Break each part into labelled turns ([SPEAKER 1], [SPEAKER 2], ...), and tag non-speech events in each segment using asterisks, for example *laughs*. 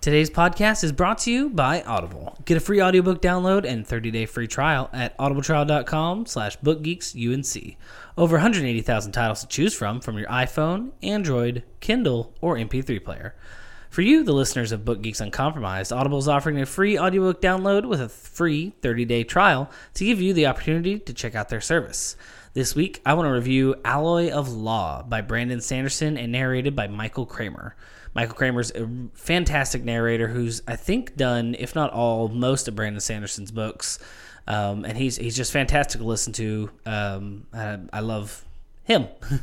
[SPEAKER 1] Today's podcast is brought to you by Audible. Get a free audiobook download and 30-day free trial at audibletrial.com slash bookgeeksunc. Over 180,000 titles to choose from from your iPhone, Android, Kindle, or MP3 player. For you, the listeners of Book Geeks Uncompromised, Audible is offering a free audiobook download with a free 30-day trial to give you the opportunity to check out their service. This week, I want to review Alloy of Law by Brandon Sanderson and narrated by Michael Kramer. Michael Kramer's a fantastic narrator who's, I think, done, if not all, most of Brandon Sanderson's books. Um, and he's, he's just fantastic to listen to. Um, I, I love him. *laughs*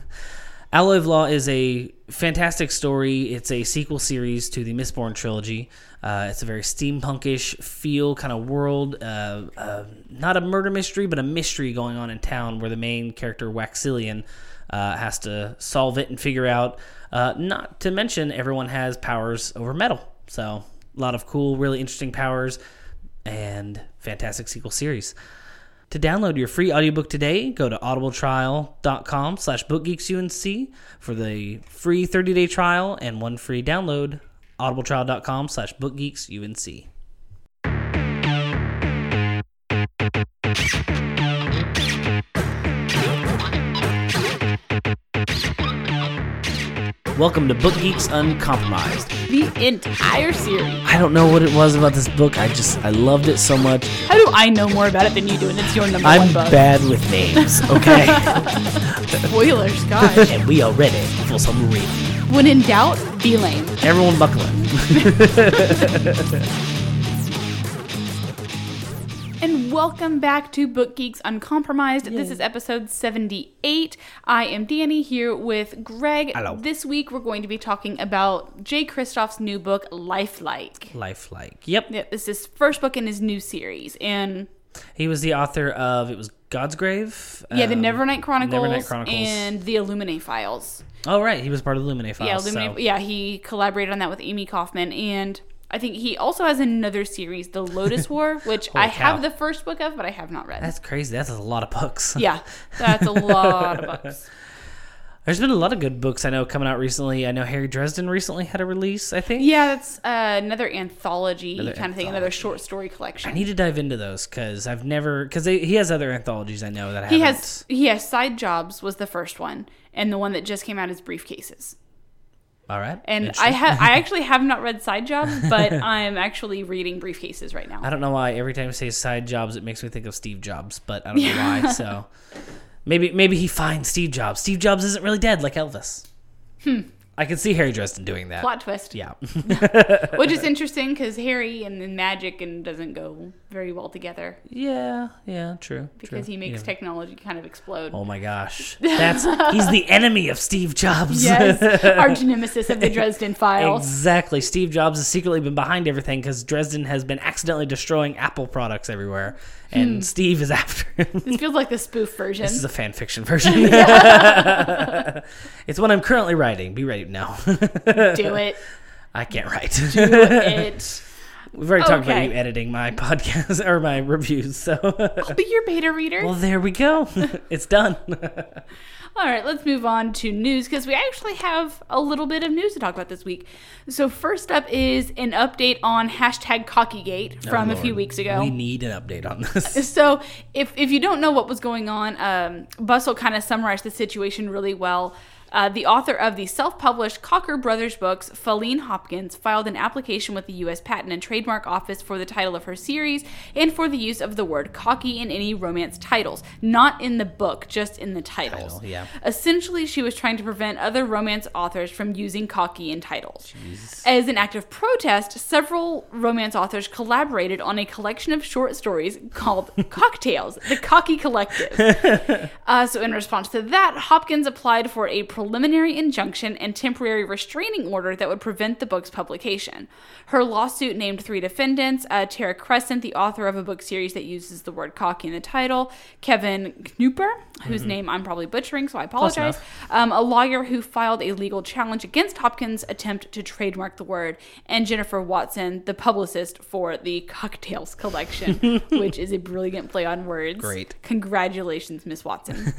[SPEAKER 1] Alloy of Law is a fantastic story. It's a sequel series to the Mistborn trilogy. Uh, it's a very steampunkish feel kind of world. Uh, uh, not a murder mystery, but a mystery going on in town where the main character, Waxilian, uh, has to solve it and figure out. Uh, not to mention, everyone has powers over metal. So, a lot of cool, really interesting powers and fantastic sequel series. To download your free audiobook today, go to audibletrial.com slash bookgeeksunc for the free 30-day trial and one free download, audibletrial.com slash bookgeeksunc. Welcome to Book Geeks Uncompromised.
[SPEAKER 2] The entire series.
[SPEAKER 1] I don't know what it was about this book. I just, I loved it so much.
[SPEAKER 2] How do I know more about it than you do? And it's your number
[SPEAKER 1] I'm
[SPEAKER 2] one book.
[SPEAKER 1] bad with names, okay? *laughs*
[SPEAKER 2] *laughs* Spoilers, gosh.
[SPEAKER 1] and we are ready for some reading.
[SPEAKER 2] when in doubt, be lame.
[SPEAKER 1] Everyone buckle up.
[SPEAKER 2] And welcome back to Book Geeks Uncompromised. This is episode 78. I am Danny here with Greg.
[SPEAKER 1] Hello.
[SPEAKER 2] This week we're going to be talking about Jay Kristoff's new book, Lifelike.
[SPEAKER 1] Lifelike. Yep.
[SPEAKER 2] Yeah, This is his first book in his new series. And
[SPEAKER 1] He was the author of, it was God's Grave?
[SPEAKER 2] yeah, the
[SPEAKER 1] um,
[SPEAKER 2] Nevernight Chronicles,
[SPEAKER 1] Chronicles.
[SPEAKER 2] and the Illuminae Files.
[SPEAKER 1] Oh, right. He was part of the Lumine
[SPEAKER 2] Yeah,
[SPEAKER 1] Files.
[SPEAKER 2] Illuminae-
[SPEAKER 1] Uh, so-
[SPEAKER 2] yeah, he collaborated on that with Amy Kaufman and I think he also has another series, The
[SPEAKER 1] *laughs*
[SPEAKER 2] Lotus War, which I
[SPEAKER 1] Holy cow.
[SPEAKER 2] have the first book of, but I have not read.
[SPEAKER 1] That's crazy. That's a lot of books.
[SPEAKER 2] yeah,
[SPEAKER 1] *laughs*
[SPEAKER 2] that's a lot of books.
[SPEAKER 1] There's been a lot of good books I know coming out recently. I know Harry Dresden recently had a release, I think.
[SPEAKER 2] Yeah, that's uh, another anthology
[SPEAKER 1] Another
[SPEAKER 2] kind of thing, another short story collection.
[SPEAKER 1] I need to dive into those because I've never, because he has other anthologies I know that I
[SPEAKER 2] he
[SPEAKER 1] haven't.
[SPEAKER 2] has he has side jobs was the first one, and the one that just came out is briefcases.
[SPEAKER 1] All right.
[SPEAKER 2] And I
[SPEAKER 1] Interesting. *laughs*
[SPEAKER 2] have I actually have not read side jobs, but I'm actually reading briefcases right now.
[SPEAKER 1] I don't know why every time I say side jobs, it makes me think of Steve Jobs, but I don't know *laughs* why. So maybe maybe he finds Steve Jobs. Steve Jobs isn't really dead like Elvis. Hmm. I can see Harry Dresden doing that.
[SPEAKER 2] Plot twist.
[SPEAKER 1] Yeah. *laughs*
[SPEAKER 2] which is interesting because Harry and then magic and doesn't go very well together
[SPEAKER 1] yeah. Yeah. True.
[SPEAKER 2] because
[SPEAKER 1] true.
[SPEAKER 2] he makes
[SPEAKER 1] Yeah.
[SPEAKER 2] technology kind of explode.
[SPEAKER 1] *laughs* Oh my *laughs* gosh. That's he's the enemy of Steve Jobs.
[SPEAKER 2] *laughs* Yes, arch nemesis of the Dresden Files.
[SPEAKER 1] *laughs* Exactly. Steve Jobs has secretly been behind everything because Dresden has been accidentally destroying Apple products everywhere, and Steve is *laughs* after him.
[SPEAKER 2] This feels like the spoof
[SPEAKER 1] *laughs*
[SPEAKER 2] version.
[SPEAKER 1] This is a fan fiction *laughs* version. *laughs* it's one I'm currently writing. Be ready now.
[SPEAKER 2] Do it.
[SPEAKER 1] I can't write. *laughs*
[SPEAKER 2] It.
[SPEAKER 1] We've already talked about
[SPEAKER 2] Okay.
[SPEAKER 1] you editing my *laughs* podcast or my reviews,
[SPEAKER 2] *laughs*
[SPEAKER 1] so
[SPEAKER 2] I'll be your beta reader.
[SPEAKER 1] well there we go. *laughs* it's done.
[SPEAKER 2] All right, let's move on to news because we actually have a little bit of news to talk about this week. So first up is an update on hashtag Cockygate from a
[SPEAKER 1] Oh,
[SPEAKER 2] few
[SPEAKER 1] Lord,
[SPEAKER 2] weeks ago.
[SPEAKER 1] We need an update on
[SPEAKER 2] *laughs*
[SPEAKER 1] this.
[SPEAKER 2] So, if, if you don't know what was going on, um, Bustle kind of summarized the situation really well. Uh, the author of the self published Cocker Brothers books, Faleen Hopkins, filed an application with the U.S. Patent and Trademark Office for the title of her series and for the use of the word cocky in any romance titles. Not in the book, just in the titles.
[SPEAKER 1] Title, yeah.
[SPEAKER 2] Essentially, she was trying to prevent other romance authors from using cocky in titles. As an act of protest, several romance authors collaborated on a collection of short stories called Cocktails, the Cocky Collective. Uh, so, in response to that, Hopkins applied for a preliminary injunction and temporary restraining order that would prevent the book's publication. Her lawsuit named three defendants uh, Tara Crescent, the author of a book series that uses the word cocky in the title, Kevin Knooper, whose name I'm probably butchering, so I apologize, um, a lawyer who filed a legal challenge against Hopkins' attempt to trademark the word, and Jennifer Watson, the publicist for the Cocktails Collection, which is a brilliant play on words.
[SPEAKER 1] Great.
[SPEAKER 2] Congratulations, Miss Watson.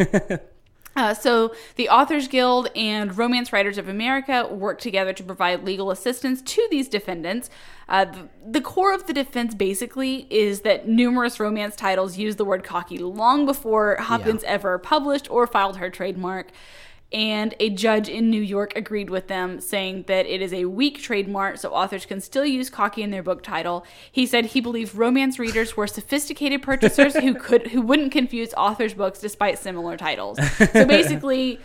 [SPEAKER 2] *laughs* Uh, so, the Authors Guild and Romance Writers of America worked together to provide legal assistance to these defendants. Uh, the, the core of the defense basically is that numerous romance titles used the word cocky long before Hopkins ever published or filed her trademark. And a judge in New York agreed with them, saying that it is a weak trademark, so authors can still use cocky in their book title. He said he believed romance readers were sophisticated purchasers who could who wouldn't confuse authors' books despite similar titles. So basically,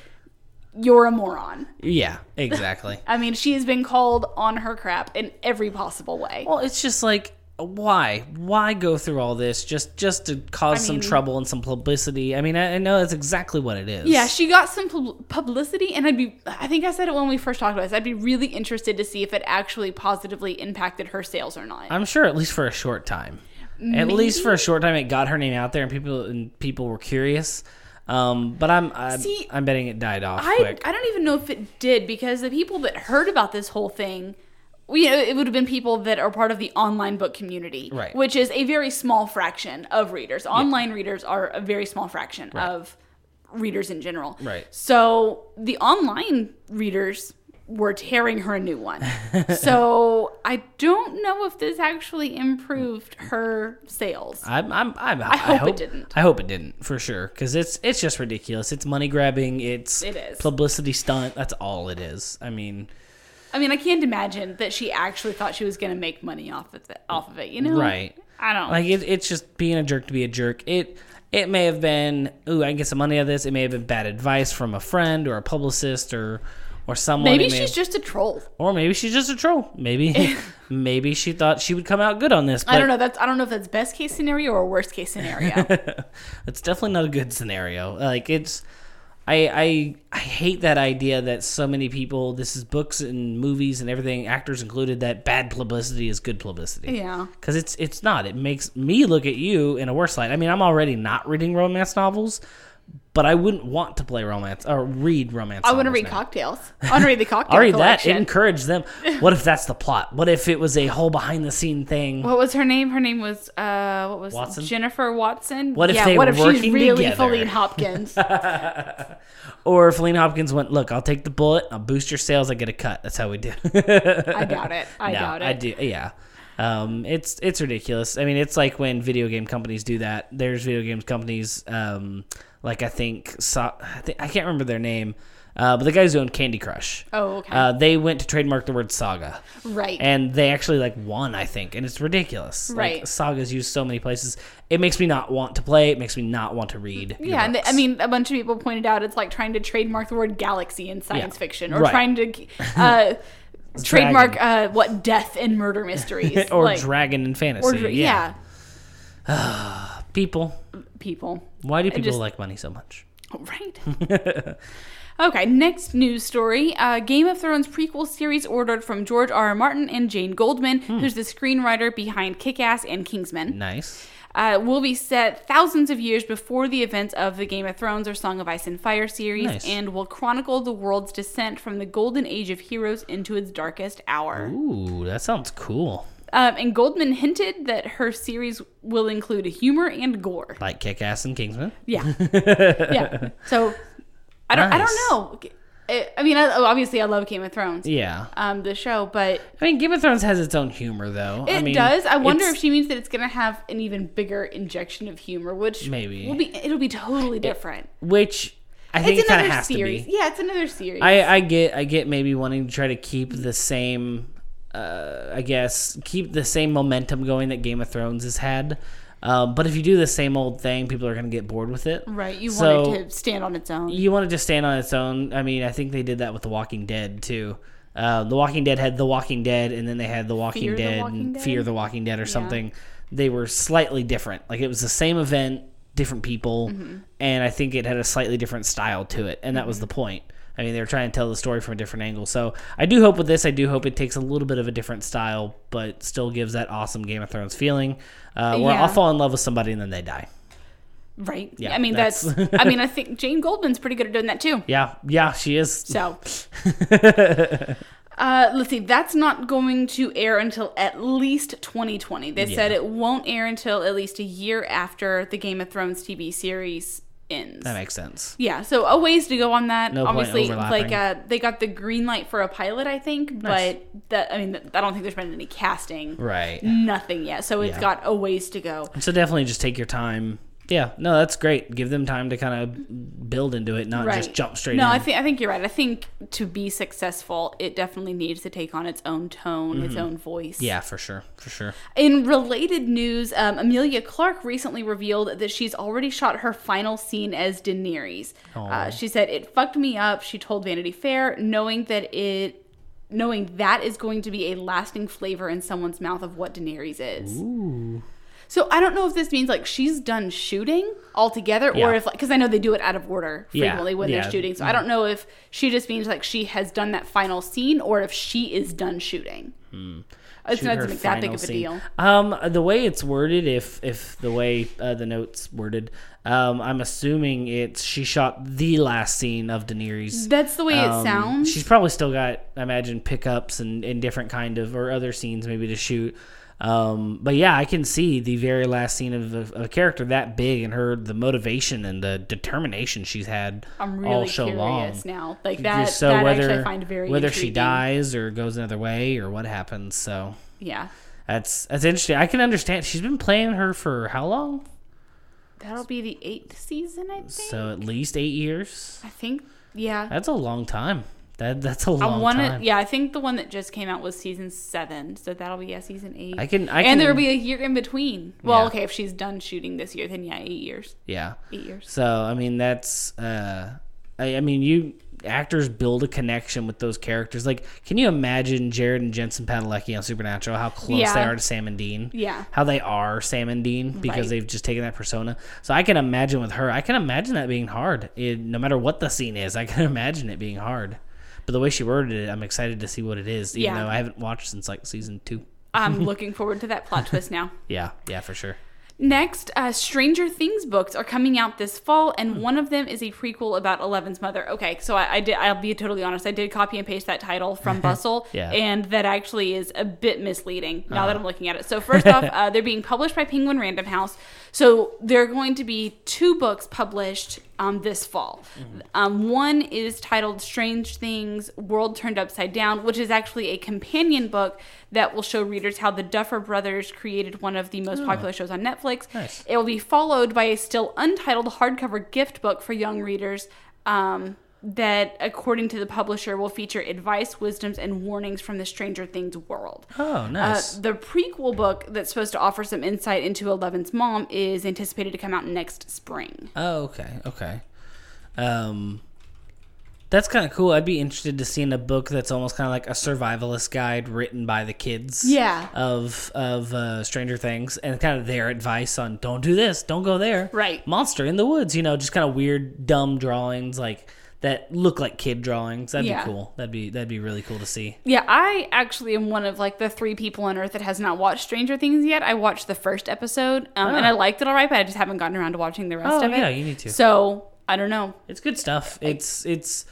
[SPEAKER 2] you're a moron.
[SPEAKER 1] Yeah, exactly.
[SPEAKER 2] I mean, she has been called on her crap in every possible way.
[SPEAKER 1] well, it's just like why why go through all this just just to cause some
[SPEAKER 2] mean-
[SPEAKER 1] trouble and some publicity? I mean, I, I know that's exactly what it is.
[SPEAKER 2] Yeah, she got some pub- publicity, and I'd be, I think I said it when we first talked about this, I'd be really interested to see if it actually positively impacted her sales or not.
[SPEAKER 1] I'm sure at least for a short time. At least for a short time, it got her name out there, and people and people were curious. Um, but I'm I'm,
[SPEAKER 2] See,
[SPEAKER 1] I'm betting it died off
[SPEAKER 2] I,
[SPEAKER 1] quick.
[SPEAKER 2] I don't even know if it did because the people that heard about this whole thing, well, you know, it would have been people that are part of the online book community,
[SPEAKER 1] Right.
[SPEAKER 2] which is a very small fraction of readers. Online readers are a very small fraction of readers in general.
[SPEAKER 1] Right.
[SPEAKER 2] So the online readers were tearing her a
[SPEAKER 1] *laughs*
[SPEAKER 2] new one. so I don't know if this actually improved her sales.
[SPEAKER 1] I'm, I'm, I'm, I,
[SPEAKER 2] hope it didn't.
[SPEAKER 1] I hope it didn't for sure because it's it's just ridiculous. It's money grabbing. It's
[SPEAKER 2] It is.
[SPEAKER 1] publicity stunt. That's all it is. I mean,
[SPEAKER 2] I mean, I can't imagine that she actually thought she was going to make money off of it. Off of it, you know?
[SPEAKER 1] right?
[SPEAKER 2] I don't.
[SPEAKER 1] Like it, it's just being a jerk to be a jerk. It it may have been ooh I can get some money out of this. It may have been bad advice from a friend or a publicist or or someone.
[SPEAKER 2] Maybe
[SPEAKER 1] It may
[SPEAKER 2] she's
[SPEAKER 1] have-
[SPEAKER 2] just a troll.
[SPEAKER 1] or maybe she's just a troll.
[SPEAKER 2] *laughs*
[SPEAKER 1] Maybe maybe she thought she would come out good on this. But
[SPEAKER 2] I don't know. That's I don't know if that's best case scenario or worst case
[SPEAKER 1] *laughs*
[SPEAKER 2] scenario.
[SPEAKER 1] It's definitely not a good scenario. Like it's, I I I hate that idea that so many people. This is books and movies and everything, actors included. That bad publicity is good publicity.
[SPEAKER 2] yeah.
[SPEAKER 1] Because it's it's not. It makes me look at you in a worse light. I mean, I'm already not reading romance novels, but I wouldn't want to play romance or read romance.
[SPEAKER 2] I want to read cocktails. I want
[SPEAKER 1] *laughs*
[SPEAKER 2] to read the cocktail
[SPEAKER 1] I read that.
[SPEAKER 2] collection.
[SPEAKER 1] Encourage
[SPEAKER 2] *laughs*
[SPEAKER 1] them. What if that's the plot? What if it was a whole behind the scene thing?
[SPEAKER 2] what was her name? Her name was uh, what was
[SPEAKER 1] Watson?
[SPEAKER 2] Jennifer Watson.
[SPEAKER 1] What if
[SPEAKER 2] yeah,
[SPEAKER 1] they
[SPEAKER 2] what
[SPEAKER 1] were
[SPEAKER 2] if she's
[SPEAKER 1] working
[SPEAKER 2] really
[SPEAKER 1] together? *laughs*
[SPEAKER 2] Feline Hopkins?
[SPEAKER 1] Or if Lane Hopkins went, look, I'll take the bullet. I'll boost your sales. I get a cut. That's how we do.
[SPEAKER 2] I doubt it. I
[SPEAKER 1] No,
[SPEAKER 2] doubt it.
[SPEAKER 1] I do. Yeah. Um, it's it's ridiculous. I mean, it's like when video game companies do that. There's video games companies, um, like I think, so- I think I can't remember their name, uh, but the guys who own Candy Crush.
[SPEAKER 2] Oh, okay.
[SPEAKER 1] Uh, they went to trademark the word saga,
[SPEAKER 2] Right.
[SPEAKER 1] and they actually like won, I think, and it's ridiculous. Like,
[SPEAKER 2] Right.
[SPEAKER 1] saga's used so many places. It makes me not want to play. It makes me not want to read. your
[SPEAKER 2] yeah, and they,
[SPEAKER 1] books.
[SPEAKER 2] I mean, a bunch of people pointed out it's like trying to trademark the word galaxy in science
[SPEAKER 1] Yeah.
[SPEAKER 2] fiction, or
[SPEAKER 1] Right. *laughs*
[SPEAKER 2] trying to uh, trademark uh, what death and murder
[SPEAKER 1] *laughs*
[SPEAKER 2] mysteries,
[SPEAKER 1] or
[SPEAKER 2] like,
[SPEAKER 1] dragon in fantasy.
[SPEAKER 2] or dra-
[SPEAKER 1] yeah.
[SPEAKER 2] yeah,
[SPEAKER 1] people.
[SPEAKER 2] people.
[SPEAKER 1] Why do people
[SPEAKER 2] just-
[SPEAKER 1] like money so much?
[SPEAKER 2] Right. *laughs* okay, next news story. Uh, Game of Thrones prequel series ordered from George R. R. Martin and Jane Goldman, who's the screenwriter behind Kick Ass and Kingsman,
[SPEAKER 1] Nice.
[SPEAKER 2] uh, will be set thousands of years before the events of the Game of Thrones or Song of Ice and Fire series
[SPEAKER 1] Nice.
[SPEAKER 2] and will chronicle the world's descent from the golden age of heroes into its darkest hour.
[SPEAKER 1] Hmm. Ooh, that sounds cool.
[SPEAKER 2] Um, and Goldman hinted that her series will include humor and gore.
[SPEAKER 1] like Kick Ass and Kingsman. *laughs*
[SPEAKER 2] Yeah. yeah. So I don't I
[SPEAKER 1] Nice.
[SPEAKER 2] don't know. I- I mean, I, oh, obviously I love Game of Thrones.
[SPEAKER 1] Yeah,
[SPEAKER 2] Um, the show, but
[SPEAKER 1] I mean Game of Thrones has its own humor though.
[SPEAKER 2] it
[SPEAKER 1] I mean,
[SPEAKER 2] does. I wonder
[SPEAKER 1] it's-
[SPEAKER 2] if she means that it's gonna have an even bigger injection of humor, which
[SPEAKER 1] Maybe.
[SPEAKER 2] will be it'll be totally different.
[SPEAKER 1] which I think it
[SPEAKER 2] it's
[SPEAKER 1] kind of
[SPEAKER 2] another
[SPEAKER 1] has
[SPEAKER 2] series.
[SPEAKER 1] to be.
[SPEAKER 2] Yeah, it's another series.
[SPEAKER 1] I, I get I get maybe wanting to try to keep the same, uh, I guess keep the same momentum going that Game of Thrones has had. Um, but if you do the same old thing, people are going to get bored with it.
[SPEAKER 2] right. You
[SPEAKER 1] So-
[SPEAKER 2] want it to stand on its own.
[SPEAKER 1] you want to just stand on its own. I mean, I think they did that with The Walking Dead too. Uh, the Walking Dead had The Walking Dead, and then they had The Walking,
[SPEAKER 2] Fear the
[SPEAKER 1] Dead,
[SPEAKER 2] Walking
[SPEAKER 1] and
[SPEAKER 2] Dead?
[SPEAKER 1] Fear the Walking Dead, or something. They were slightly different. Like it was the same event, different people,
[SPEAKER 2] Mm-hmm.
[SPEAKER 1] and I think it had a slightly different style to it, and that was the point. I mean, they were trying to tell the story from a different angle. So I do hope with this, I do hope it takes a little bit of a different style, but still gives that awesome Game of Thrones feeling, uh, where
[SPEAKER 2] Yeah.
[SPEAKER 1] I'll fall in love with somebody and then they die.
[SPEAKER 2] right.
[SPEAKER 1] Yeah,
[SPEAKER 2] I mean that's,
[SPEAKER 1] that's-
[SPEAKER 2] I
[SPEAKER 1] *laughs*
[SPEAKER 2] mean, I think Jane Goldman's pretty good at doing that too.
[SPEAKER 1] Yeah, yeah, she is. *laughs*
[SPEAKER 2] So, uh, let's see. That's not going to air until at least 2020. They said
[SPEAKER 1] Yeah.
[SPEAKER 2] it won't air until at least a year after the Game of Thrones TV series ends.
[SPEAKER 1] That makes sense.
[SPEAKER 2] yeah, so a ways to go on that.
[SPEAKER 1] No point
[SPEAKER 2] Obviously,
[SPEAKER 1] overlapping.
[SPEAKER 2] like uh, they got the green light for a pilot, I think, but that I mean, I don't think there's been any casting,
[SPEAKER 1] Right.
[SPEAKER 2] nothing yet. So it's
[SPEAKER 1] Yeah.
[SPEAKER 2] got a ways to go.
[SPEAKER 1] So definitely just take your time. Yeah, no, that's great. Give them time to kind of build into it, not
[SPEAKER 2] Right.
[SPEAKER 1] just jump straight
[SPEAKER 2] No,
[SPEAKER 1] in.
[SPEAKER 2] I think I think you're right. I think to be successful, it definitely needs to take on its own tone, its
[SPEAKER 1] Mm-hmm.
[SPEAKER 2] own voice.
[SPEAKER 1] yeah, for sure, for sure.
[SPEAKER 2] In related news, um, Amelia Clark recently revealed that she's already shot her final scene as Daenerys. Uh, she said, "It fucked me up." She told Vanity Fair, knowing that it, knowing that is going to be a lasting flavor in someone's mouth of what Daenerys is.
[SPEAKER 1] Ooh,
[SPEAKER 2] So I don't know if this means like she's done shooting altogether,
[SPEAKER 1] Yeah.
[SPEAKER 2] or if like because I know they do it out of order
[SPEAKER 1] Yeah,
[SPEAKER 2] frequently when
[SPEAKER 1] yeah. Mm-hmm.
[SPEAKER 2] they're shooting. So I don't know if she just means like she has done that final scene, or if she is done shooting. It's
[SPEAKER 1] Hmm. shoot
[SPEAKER 2] not
[SPEAKER 1] her
[SPEAKER 2] doesn't make that big
[SPEAKER 1] final
[SPEAKER 2] of a
[SPEAKER 1] scene.
[SPEAKER 2] deal.
[SPEAKER 1] Um, the way it's worded, if if the way uh, the notes worded, um, I'm assuming it's she shot the last scene of Daenerys.
[SPEAKER 2] That's the way
[SPEAKER 1] Um,
[SPEAKER 2] it sounds.
[SPEAKER 1] She's probably still got, I imagine, pickups and, and different kind of or other scenes maybe to shoot. Um, but yeah, I can see the very last scene of a, of a character that big and her the motivation and the determination she's had
[SPEAKER 2] I'm really
[SPEAKER 1] all show long.
[SPEAKER 2] curious now. Like that,
[SPEAKER 1] Just so
[SPEAKER 2] that actually
[SPEAKER 1] whether
[SPEAKER 2] I find very
[SPEAKER 1] whether she
[SPEAKER 2] intriguing.
[SPEAKER 1] dies or goes another way or what happens, so
[SPEAKER 2] Yeah.
[SPEAKER 1] that's that's interesting. I can understand. She's been playing her for how long?
[SPEAKER 2] That'll be the eighth season, I think.
[SPEAKER 1] So at least eight years.
[SPEAKER 2] I think yeah.
[SPEAKER 1] That's a long time. That that's a long
[SPEAKER 2] I want to
[SPEAKER 1] time.
[SPEAKER 2] yeah, I think the one that just came out was season 7, so that'll be yeah, season 8.
[SPEAKER 1] I can. I can,
[SPEAKER 2] and there'll be a year in between. Well,
[SPEAKER 1] Yeah.
[SPEAKER 2] okay, if she's done shooting this year, then yeah, 8 years.
[SPEAKER 1] Yeah.
[SPEAKER 2] 8 years.
[SPEAKER 1] So I mean, that's uh, I, I mean, you actors build a connection with those characters. Like, can you imagine Jared and Jensen Padalecki on Supernatural? How close they
[SPEAKER 2] Yeah.
[SPEAKER 1] are to Sam and Dean.
[SPEAKER 2] Yeah.
[SPEAKER 1] How they are Sam and Dean because
[SPEAKER 2] Right.
[SPEAKER 1] they've just taken that persona. So I can imagine with her, I can imagine that being hard. It, no matter what the scene is, I can *laughs* imagine it being hard. But the way she worded it, I'm excited to see what it is, even
[SPEAKER 2] Yeah.
[SPEAKER 1] though I haven't watched since like season two. *laughs*
[SPEAKER 2] I'm looking forward to that plot twist now.
[SPEAKER 1] Yeah, yeah, for sure.
[SPEAKER 2] Next, uh, Stranger Things books are coming out this fall, and one of them is a prequel about Eleven's mother. Okay, so I, I did. I'll be totally honest. I did copy and paste that title from Bustle,
[SPEAKER 1] Yeah.
[SPEAKER 2] and that actually is a bit misleading now that I'm looking at it. So first off, uh, they're being published by Penguin Random House, so there are going to be two books published um, this fall. Um, one is titled "Strange Things: World Turned Upside Down," which is actually a companion book that will show readers how the Duffer Brothers created one of the most popular shows on Netflix.
[SPEAKER 1] Nice.
[SPEAKER 2] It will be followed by a still untitled hardcover gift book for young readers um, that, according to the publisher, will feature advice, wisdoms, and warnings from the Stranger Things world.
[SPEAKER 1] Oh,
[SPEAKER 2] Uh,
[SPEAKER 1] nice.
[SPEAKER 2] the prequel book that's supposed to offer some insight into Eleven's mom is anticipated to come out next spring.
[SPEAKER 1] Oh, okay, okay. Um, that's kind of cool. I'd be interested to see in a book that's almost kind of like a survivalist guide written by the kids.
[SPEAKER 2] Yeah.
[SPEAKER 1] Of of uh, Stranger Things and kind of their advice on don't do this, don't go there.
[SPEAKER 2] Right.
[SPEAKER 1] Monster in the woods. You know, just kind of weird, dumb drawings like that look like kid drawings. That'd
[SPEAKER 2] Yeah.
[SPEAKER 1] be cool. That'd be that'd be really cool to see.
[SPEAKER 2] Yeah, I actually am one of like the three people on earth that has not watched Stranger Things yet. I watched the first episode um, and I liked it all right, but I just haven't gotten around to watching the rest
[SPEAKER 1] Oh,
[SPEAKER 2] of it.
[SPEAKER 1] yeah, you need to.
[SPEAKER 2] So I don't know.
[SPEAKER 1] It's good stuff. It's it's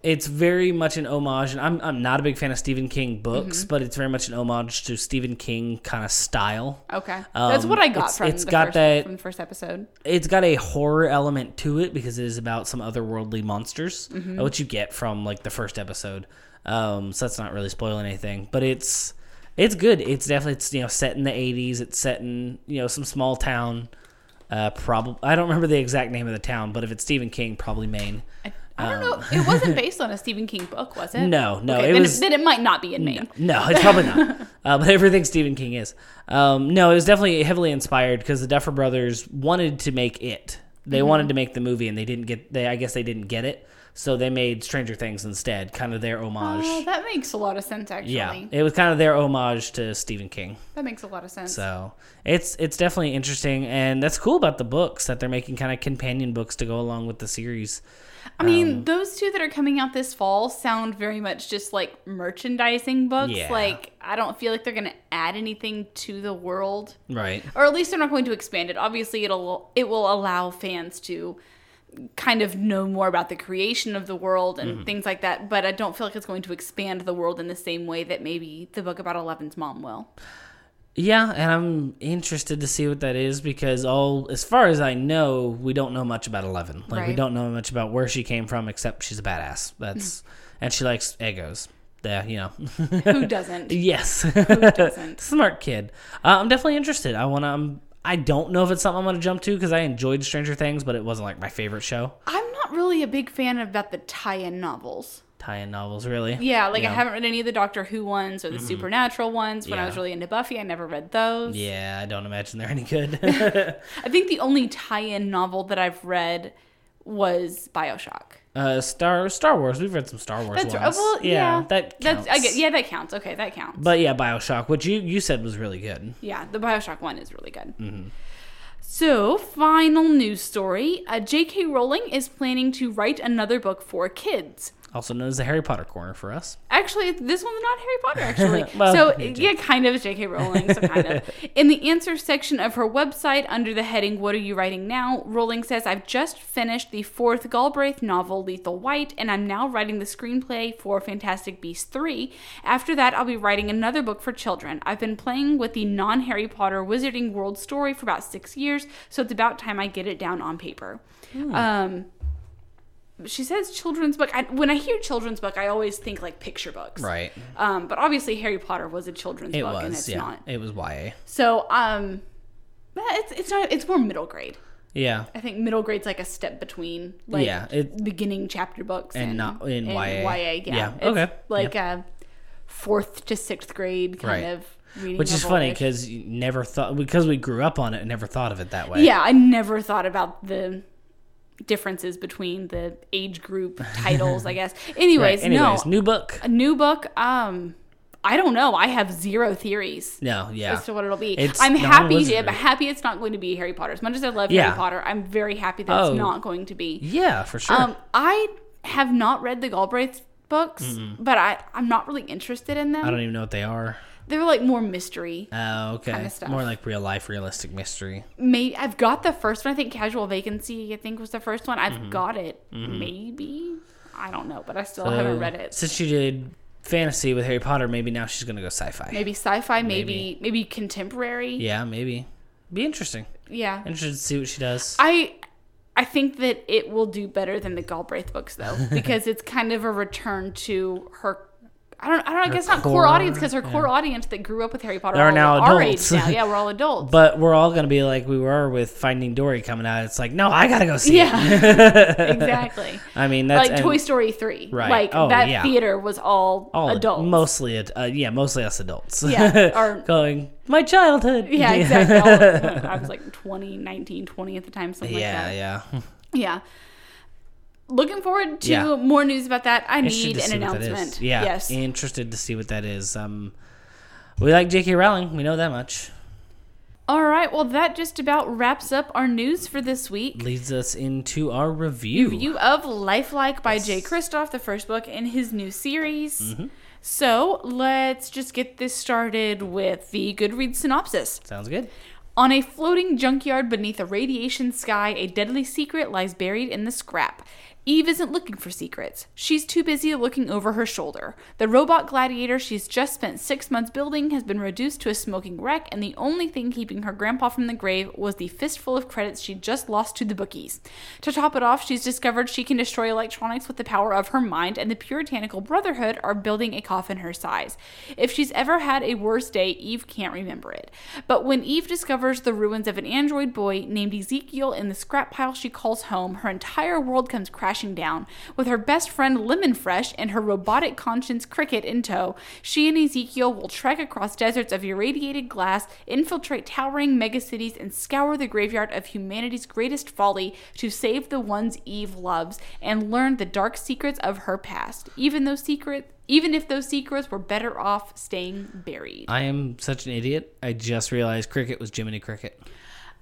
[SPEAKER 1] it's very much an homage, and I'm I'm not a big fan of Stephen King books,
[SPEAKER 2] Mm-hmm.
[SPEAKER 1] but it's very much an homage to Stephen King kind of style.
[SPEAKER 2] Okay, that's
[SPEAKER 1] Um,
[SPEAKER 2] what I got
[SPEAKER 1] it's-
[SPEAKER 2] from
[SPEAKER 1] it's
[SPEAKER 2] the
[SPEAKER 1] got
[SPEAKER 2] first,
[SPEAKER 1] that-
[SPEAKER 2] from the first episode.
[SPEAKER 1] It's got a horror element to it because it is about some otherworldly monsters,
[SPEAKER 2] Mm-hmm.
[SPEAKER 1] uh, which you get from like the first episode. Um, so that's not really spoiling anything, but it's it's good. It's definitely it's you know set in the '80s. It's set in you know some small town. Uh, probably I don't remember the exact name of the town, but if it's Stephen King, probably Maine.
[SPEAKER 2] I, I don't know. It
[SPEAKER 1] *laughs*
[SPEAKER 2] wasn't based on a Stephen King book, was it?
[SPEAKER 1] Um. No, no,
[SPEAKER 2] Okay,
[SPEAKER 1] it
[SPEAKER 2] then,
[SPEAKER 1] was-
[SPEAKER 2] then it might not be in Maine.
[SPEAKER 1] No, it's probably not. uh, but everything Stephen King is. Um, no, it was definitely heavily inspired because the Duffer Brothers wanted to make it. They wanted to make the movie, and they didn't get. They I guess they didn't get it, so they made Stranger Things instead, kind of their homage.
[SPEAKER 2] Oh, that makes a lot of sense. Actually,
[SPEAKER 1] yeah, it was kind of their homage to Stephen King.
[SPEAKER 2] that makes a lot of sense.
[SPEAKER 1] So it's it's definitely interesting, and that's cool about the books that they're making kind of companion books to go along with the series.
[SPEAKER 2] I mean, those two that are coming out this fall sound very much just like merchandising books.
[SPEAKER 1] Yeah.
[SPEAKER 2] Like, I don't feel like they're going to add anything to the world,
[SPEAKER 1] Right.
[SPEAKER 2] or at least they're not going to expand it. Obviously, it'll it will allow fans to kind of know more about the creation of the world
[SPEAKER 1] Mm-hmm.
[SPEAKER 2] and things like that. But I don't feel like it's going to expand the world in the same way that maybe the book about Eleven's mom will.
[SPEAKER 1] Yeah, and I'm interested to see what that is because all as far as I know, we don't know much about Eleven. Like we
[SPEAKER 2] Right.
[SPEAKER 1] don't know much about where she came from except she's a badass.
[SPEAKER 2] *laughs*
[SPEAKER 1] That's and she likes egos. Yeah, you know. *laughs*
[SPEAKER 2] Who doesn't?
[SPEAKER 1] yes. *laughs*
[SPEAKER 2] doesn't?
[SPEAKER 1] Smart kid. Uh, I'm definitely interested. I want to um, I don't know if it's something I'm going to jump to because I enjoyed Stranger Things, but it wasn't like my favorite show.
[SPEAKER 2] I'm not really a big fan about the tie-in novels.
[SPEAKER 1] Tie-in novels, really.
[SPEAKER 2] Yeah, like
[SPEAKER 1] Yeah. Mm-hmm.
[SPEAKER 2] I haven't read any of the Doctor Who ones or the Supernatural ones. When I was
[SPEAKER 1] Yeah.
[SPEAKER 2] really into Buffy, I never read those.
[SPEAKER 1] Yeah, I don't imagine
[SPEAKER 2] *laughs*
[SPEAKER 1] they're any good. *laughs*
[SPEAKER 2] I think the only tie-in novel that I've read was BioShock.
[SPEAKER 1] uh, Star Star Wars. We've read some Star Wars
[SPEAKER 2] That's
[SPEAKER 1] ones.
[SPEAKER 2] well, yeah,
[SPEAKER 1] that counts.
[SPEAKER 2] That's I get, yeah, that counts. Okay, that counts.
[SPEAKER 1] But yeah, Bioshock, which you, you said was really good.
[SPEAKER 2] Yeah, the Bioshock one is really good.
[SPEAKER 1] Mm-hmm.
[SPEAKER 2] So, final news story uh, J.K. Rowling is planning to write another book for kids.
[SPEAKER 1] Also known as the Harry Potter corner for us.
[SPEAKER 2] Actually, this one's not Harry Potter, actually.
[SPEAKER 1] Well,
[SPEAKER 2] so,
[SPEAKER 1] me too.
[SPEAKER 2] yeah, kind of J.K. Rowling, so kind of. In the answer section of her website, under the heading What Are You Writing Now? Rowling says, I've just finished the fourth Galbraith novel, Lethal White, and I'm now writing the screenplay for Fantastic Beasts 3. After that, I'll be writing another book for children. I've been playing with the non Harry Potter Wizarding World story for about six years, so it's about time I get it down on paper. Um, she says children's book. I, when I hear children's book, I always think like picture books.
[SPEAKER 1] Right.
[SPEAKER 2] Um, but obviously, Harry Potter was a children's
[SPEAKER 1] It
[SPEAKER 2] book, and
[SPEAKER 1] was.
[SPEAKER 2] it's
[SPEAKER 1] Yeah.
[SPEAKER 2] not.
[SPEAKER 1] It was YA.
[SPEAKER 2] So, um, but it's it's not. It's more middle grade.
[SPEAKER 1] Yeah.
[SPEAKER 2] I think middle grade's like a step between like
[SPEAKER 1] Yeah, it-
[SPEAKER 2] beginning chapter books
[SPEAKER 1] And
[SPEAKER 2] and,
[SPEAKER 1] not- in
[SPEAKER 2] and
[SPEAKER 1] YA.
[SPEAKER 2] YA, yeah.
[SPEAKER 1] Yeah,
[SPEAKER 2] It's
[SPEAKER 1] okay,
[SPEAKER 2] Like uh, fourth to sixth grade kind
[SPEAKER 1] Right.
[SPEAKER 2] of reading.
[SPEAKER 1] Which is
[SPEAKER 2] level-ish.
[SPEAKER 1] funny because you never thought because we grew up on it and never thought of it that way.
[SPEAKER 2] Yeah, I never thought about the differences between the
[SPEAKER 1] *laughs*
[SPEAKER 2] age group titles. I guess.
[SPEAKER 1] Right.
[SPEAKER 2] Anyways,
[SPEAKER 1] Anyways,
[SPEAKER 2] no,
[SPEAKER 1] new book.
[SPEAKER 2] a new book. Um, I don't know. I have zero theories.
[SPEAKER 1] No. Yeah.
[SPEAKER 2] as to what it'll be.
[SPEAKER 1] It's
[SPEAKER 2] I'm happy.
[SPEAKER 1] non-wizardry.
[SPEAKER 2] I'm happy it's not going to be Harry Potter. As much as I love
[SPEAKER 1] Yeah.
[SPEAKER 2] Harry Potter, I'm very happy that
[SPEAKER 1] Oh.
[SPEAKER 2] it's not going to be.
[SPEAKER 1] Yeah, for sure.
[SPEAKER 2] Um, I have not read the Galbraith books, but I I'm not really interested in them.
[SPEAKER 1] I don't even know what they are.
[SPEAKER 2] They're like more mystery.
[SPEAKER 1] Oh, okay.
[SPEAKER 2] stuff.
[SPEAKER 1] More like real life, realistic mystery.
[SPEAKER 2] Maybe I've got the first one. I think Casual Vacancy. I think was the first one. I've
[SPEAKER 1] Mm-hmm.
[SPEAKER 2] got it. Maybe I don't know, but I still haven't
[SPEAKER 1] Uh,
[SPEAKER 2] read it.
[SPEAKER 1] Since you did fantasy with Harry Potter, maybe now she's gonna go sci-fi.
[SPEAKER 2] Maybe sci-fi. Maybe maybe contemporary.
[SPEAKER 1] Yeah, maybe. Be interesting.
[SPEAKER 2] yeah.
[SPEAKER 1] Interested to see what she does.
[SPEAKER 2] I I think that it will do better than the Galbraith books though,
[SPEAKER 1] *laughs*
[SPEAKER 2] because it's kind of a return to her. I don't. I don't. I guess not
[SPEAKER 1] core,
[SPEAKER 2] core audience because her core audience that grew up with Harry Potter
[SPEAKER 1] They are
[SPEAKER 2] all
[SPEAKER 1] now
[SPEAKER 2] our
[SPEAKER 1] adults.
[SPEAKER 2] age now. Yeah, we're all adults.
[SPEAKER 1] But we're all gonna be like we were with Finding Dory coming out. It's like, no, I gotta go see. It. *laughs*
[SPEAKER 2] *laughs* yeah, exactly.
[SPEAKER 1] I mean, that's
[SPEAKER 2] like
[SPEAKER 1] and
[SPEAKER 2] Toy Story three.
[SPEAKER 1] Right.
[SPEAKER 2] Like
[SPEAKER 1] Oh,
[SPEAKER 2] that
[SPEAKER 1] yeah.
[SPEAKER 2] theater was all,
[SPEAKER 1] all ad-
[SPEAKER 2] adults.
[SPEAKER 1] mostly, ad- uh, yeah, mostly us adults. *laughs*
[SPEAKER 2] Yeah, or-
[SPEAKER 1] going my childhood.
[SPEAKER 2] *laughs* yeah, exactly. All- I was like 20, 19, 20 at the time, something like that.
[SPEAKER 1] *laughs* yeah,
[SPEAKER 2] *laughs*
[SPEAKER 1] yeah.
[SPEAKER 2] Yeah. Looking forward to
[SPEAKER 1] Yeah.
[SPEAKER 2] more news about that. I
[SPEAKER 1] Interested
[SPEAKER 2] need
[SPEAKER 1] to
[SPEAKER 2] an
[SPEAKER 1] see what that
[SPEAKER 2] announcement.
[SPEAKER 1] is. Yeah,
[SPEAKER 2] Yes.
[SPEAKER 1] interested to see what that is. Um, we like J.K. Rowling. We know that much.
[SPEAKER 2] All right, well, that just about wraps up our news for this week.
[SPEAKER 1] Leads us into our review.
[SPEAKER 2] Review of Lifelike by Jay Kristoff, the first book in his new series. So let's just get this started with the Goodreads synopsis.
[SPEAKER 1] Sounds good.
[SPEAKER 2] On a floating junkyard beneath a radiation sky, a deadly secret lies buried in the scrap. Eve isn't looking for secrets. She's too busy looking over her shoulder. The robot gladiator she's just spent six months building has been reduced to a smoking wreck, and the only thing keeping her grandpa from the grave was the fistful of credits she just lost to the bookies. To top it off, she's discovered she can destroy electronics with the power of her mind, and the Puritanical Brotherhood are building a coffin her size. If she's ever had a worse day, Eve can't remember it. But when Eve discovers the ruins of an android boy named Ezekiel in the scrap pile she calls home, her entire world comes crashing down. With her best friend Lemon Fresh and her robotic conscience Cricket in tow, she and Ezekiel will trek across deserts of irradiated glass, infiltrate towering megacities, and scour the graveyard of humanity's greatest folly to save the ones Eve loves and learn the dark secrets of her past. Even those secrets, even if those secrets were better off staying buried.
[SPEAKER 1] I am such an idiot. I just realized Cricket was Jiminy Cricket.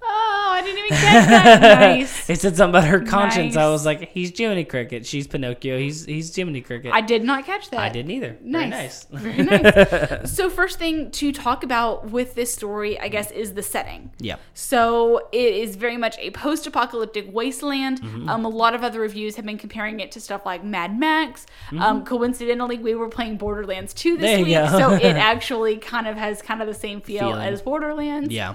[SPEAKER 2] oh, I didn't even get that.
[SPEAKER 1] *laughs*
[SPEAKER 2] Nice.
[SPEAKER 1] It said something about her conscience. I
[SPEAKER 2] Nice.
[SPEAKER 1] was like, he's Jiminy Cricket. She's Pinocchio. He's he's Jiminy Cricket.
[SPEAKER 2] I did not catch that.
[SPEAKER 1] I didn't either.
[SPEAKER 2] Nice.
[SPEAKER 1] Very nice.
[SPEAKER 2] *laughs* Very
[SPEAKER 1] *laughs*
[SPEAKER 2] nice. so, first thing to talk about with this story, I guess, is the setting.
[SPEAKER 1] Yeah.
[SPEAKER 2] So it is very much a post-apocalyptic wasteland.
[SPEAKER 1] Mm-hmm.
[SPEAKER 2] Um, a lot of other reviews have been comparing it to stuff like Mad Max. Um, coincidentally, we were playing Borderlands 2
[SPEAKER 1] Mm-hmm.
[SPEAKER 2] this
[SPEAKER 1] There you
[SPEAKER 2] week,
[SPEAKER 1] go.
[SPEAKER 2] so
[SPEAKER 1] *laughs*
[SPEAKER 2] it actually kind of has kind of the same feel
[SPEAKER 1] Feeling.
[SPEAKER 2] as Borderlands.
[SPEAKER 1] Yeah.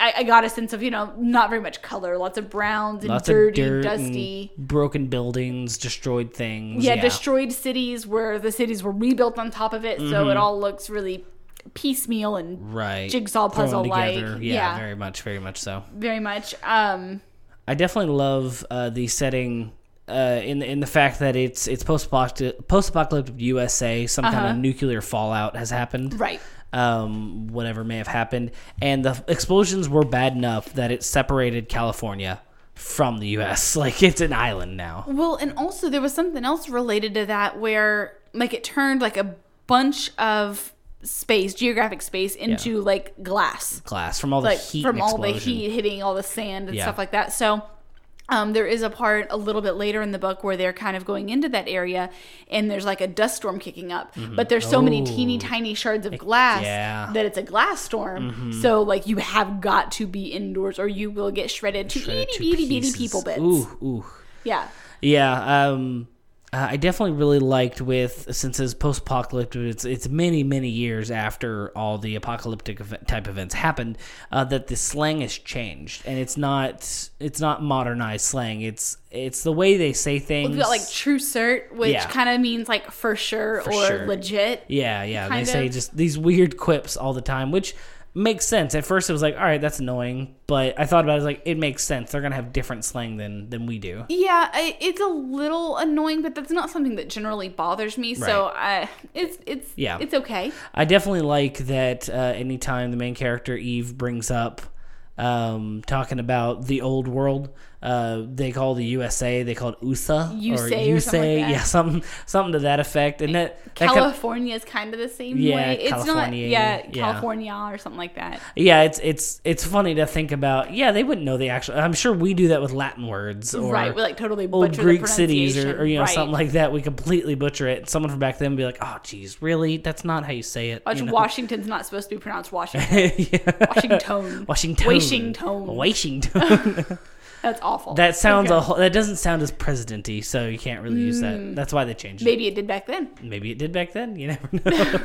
[SPEAKER 2] I, I got a sense of you know not very much color, lots of browns and
[SPEAKER 1] Lots
[SPEAKER 2] dirty,
[SPEAKER 1] of dirt,
[SPEAKER 2] dusty.
[SPEAKER 1] and broken buildings, destroyed things.
[SPEAKER 2] yeah, destroyed cities where the cities were rebuilt on top of it, so it all looks really piecemeal and
[SPEAKER 1] right.
[SPEAKER 2] jigsaw
[SPEAKER 1] Thrown
[SPEAKER 2] puzzle-like.
[SPEAKER 1] together.
[SPEAKER 2] Yeah.
[SPEAKER 1] very much, very much so.
[SPEAKER 2] very much. Um,
[SPEAKER 1] I definitely love uh, the setting uh, in in the fact that it's it's post post apocalyptic USA. Some kind of nuclear fallout has happened.
[SPEAKER 2] Uh-huh. Right.
[SPEAKER 1] Um, whatever may have happened, and the explosions were bad enough that it separated California from the U.S. *laughs* Like it's an island now.
[SPEAKER 2] Well, and also there was something else related to that where like it turned like a bunch of space, geographic space, into like glass,
[SPEAKER 1] Glass from all the
[SPEAKER 2] like
[SPEAKER 1] heat
[SPEAKER 2] from
[SPEAKER 1] and
[SPEAKER 2] all the
[SPEAKER 1] explosion.
[SPEAKER 2] heat hitting all the sand and
[SPEAKER 1] Yeah.
[SPEAKER 2] stuff like that. So. Um, there is a part a little bit later in the book where they're kind of going into that area and there's like a dust storm kicking up but there's so many teeny
[SPEAKER 1] Mm-hmm. Oh.
[SPEAKER 2] tiny shards of glass
[SPEAKER 1] yeah. Mm-hmm.
[SPEAKER 2] that it's a glass storm so like you have got to be indoors or you will get shredded to
[SPEAKER 1] Shredded to
[SPEAKER 2] itty bitty bitty
[SPEAKER 1] pieces.
[SPEAKER 2] people bits
[SPEAKER 1] Ooh, ooh.
[SPEAKER 2] yeah
[SPEAKER 1] Yeah, um, uh, I definitely really liked with since it's post-apocalyptic, it's it's many many years after all the apocalyptic ev- type events happened uh, that the slang has changed and it's not it's not modernized slang. It's it's the way they say things.
[SPEAKER 2] We've got like true cert, which
[SPEAKER 1] Yeah.
[SPEAKER 2] kind of means like for sure or
[SPEAKER 1] sure.
[SPEAKER 2] legit.
[SPEAKER 1] yeah, yeah, they
[SPEAKER 2] kind
[SPEAKER 1] say
[SPEAKER 2] of-
[SPEAKER 1] just these weird quips all the time, which makes sense. At first, it was like, all right, that's annoying, but I thought about it, I was like, it makes sense. They're gonna have different slang than than we do.
[SPEAKER 2] Yeah, I, it's a little annoying, but that's not something that generally bothers me. So I, it's it's
[SPEAKER 1] Yeah.
[SPEAKER 2] it's okay.
[SPEAKER 1] I definitely like that uh, anytime the main character Eve brings up um, talking about the old world, uh, they call the USA, they call it USA
[SPEAKER 2] USA or something like that.
[SPEAKER 1] yeah, *laughs* something something to that effect, and that, that kind
[SPEAKER 2] California is kind of the same
[SPEAKER 1] Yeah,
[SPEAKER 2] way. It's not
[SPEAKER 1] California,
[SPEAKER 2] yeah,
[SPEAKER 1] yeah.
[SPEAKER 2] California or something like that.
[SPEAKER 1] yeah, it's it's it's funny to think about. Yeah, they wouldn't know the actual. I'm sure we do that with Latin words or
[SPEAKER 2] right, we like totally
[SPEAKER 1] old
[SPEAKER 2] butcher
[SPEAKER 1] Greek
[SPEAKER 2] the
[SPEAKER 1] cities or,
[SPEAKER 2] pronunciation.
[SPEAKER 1] or you know
[SPEAKER 2] right.
[SPEAKER 1] something like that. We completely butcher it. Someone from back then would be like, "Oh, geez, really? That's not how you say it."
[SPEAKER 2] Which
[SPEAKER 1] you know? *laughs*
[SPEAKER 2] Washington's not supposed to be pronounced Washington.
[SPEAKER 1] *laughs*
[SPEAKER 2] Washington.
[SPEAKER 1] Washington.
[SPEAKER 2] Washington.
[SPEAKER 1] Washington. *laughs*
[SPEAKER 2] That's awful.
[SPEAKER 1] That sounds a
[SPEAKER 2] Okay. Mm.
[SPEAKER 1] whole, that doesn't sound as presidenty, so you can't really use that. That's why they changed it.
[SPEAKER 2] Maybe it did back then.
[SPEAKER 1] Maybe it did back then. You
[SPEAKER 2] *laughs*
[SPEAKER 1] never know.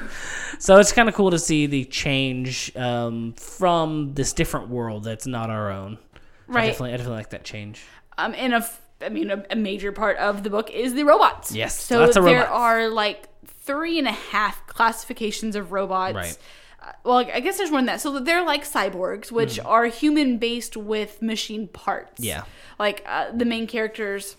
[SPEAKER 1] so it's kind of cool to see the change um, from this different world that's not our own. So I
[SPEAKER 2] Right.
[SPEAKER 1] definitely, I definitely like that change.
[SPEAKER 2] um, and a f- I mean a, a major part of the book is the robots.
[SPEAKER 1] Yes,
[SPEAKER 2] so
[SPEAKER 1] lots of
[SPEAKER 2] there
[SPEAKER 1] robots.
[SPEAKER 2] are like three and a half classifications of robots.
[SPEAKER 1] Right.
[SPEAKER 2] Uh, Well, I guess there's more than that. So they're like cyborgs, which are human based with machine parts.
[SPEAKER 1] Hmm. Yeah.
[SPEAKER 2] Like uh, the main character's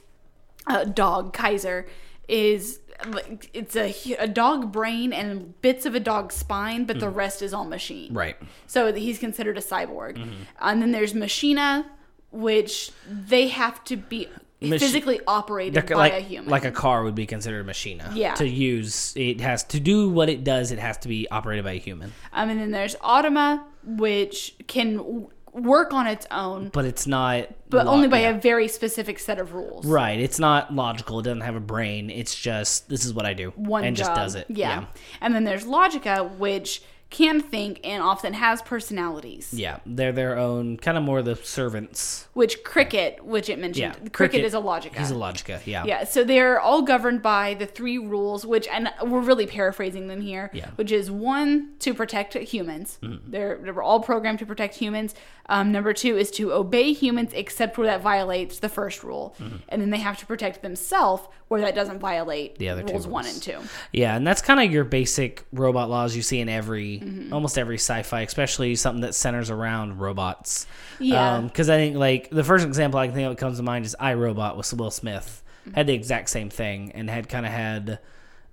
[SPEAKER 2] uh, dog, Kaiser, is like, it's a, hu- a dog brain and bits of a dog spine, but the
[SPEAKER 1] Hmm.
[SPEAKER 2] rest is all machine.
[SPEAKER 1] Right.
[SPEAKER 2] So he's considered a cyborg.
[SPEAKER 1] Mm-hmm.
[SPEAKER 2] And then there's Machina, which they have to be
[SPEAKER 1] Machi-
[SPEAKER 2] physically operated by
[SPEAKER 1] like
[SPEAKER 2] a human.
[SPEAKER 1] like a car would be considered a machine.
[SPEAKER 2] Yeah.
[SPEAKER 1] To use it has to do what it does. It has to be operated by a human,
[SPEAKER 2] um, and then there's Automa, which can w- work on its own,
[SPEAKER 1] but it's not.
[SPEAKER 2] but
[SPEAKER 1] lo-
[SPEAKER 2] only by
[SPEAKER 1] yeah.
[SPEAKER 2] a very specific set of rules.
[SPEAKER 1] Right. It's not logical. It doesn't have a brain. It's just this is what I do.
[SPEAKER 2] One
[SPEAKER 1] and just
[SPEAKER 2] job.
[SPEAKER 1] does it.
[SPEAKER 2] Yeah. And then there's Logica, which can think and often has personalities.
[SPEAKER 1] Yeah, they're their own kind of more the servants.
[SPEAKER 2] Which Cricket, which it mentioned,
[SPEAKER 1] Yeah,
[SPEAKER 2] Cricket, is a Logica.
[SPEAKER 1] He's a logica. Yeah,
[SPEAKER 2] Yeah, so they're all governed by the three rules, which, and we're really paraphrasing them here,
[SPEAKER 1] Yeah. Mm-hmm.
[SPEAKER 2] which is one, to protect humans. They're, they were all programmed to protect humans. Um, number two is to obey humans except where that violates the first rule.
[SPEAKER 1] Mm-hmm.
[SPEAKER 2] And then they have to protect themselves where that doesn't violate
[SPEAKER 1] The other two
[SPEAKER 2] rules one
[SPEAKER 1] rules.
[SPEAKER 2] and two.
[SPEAKER 1] Yeah, and that's kind of your basic robot laws you see in every
[SPEAKER 2] Mm-hmm.
[SPEAKER 1] almost every sci-fi, especially something that centers around robots.
[SPEAKER 2] Yeah.
[SPEAKER 1] because I think like the first example I can think of that comes to mind is I Robot with Will Smith
[SPEAKER 2] Mm-hmm.
[SPEAKER 1] had the exact same thing and had kind of had.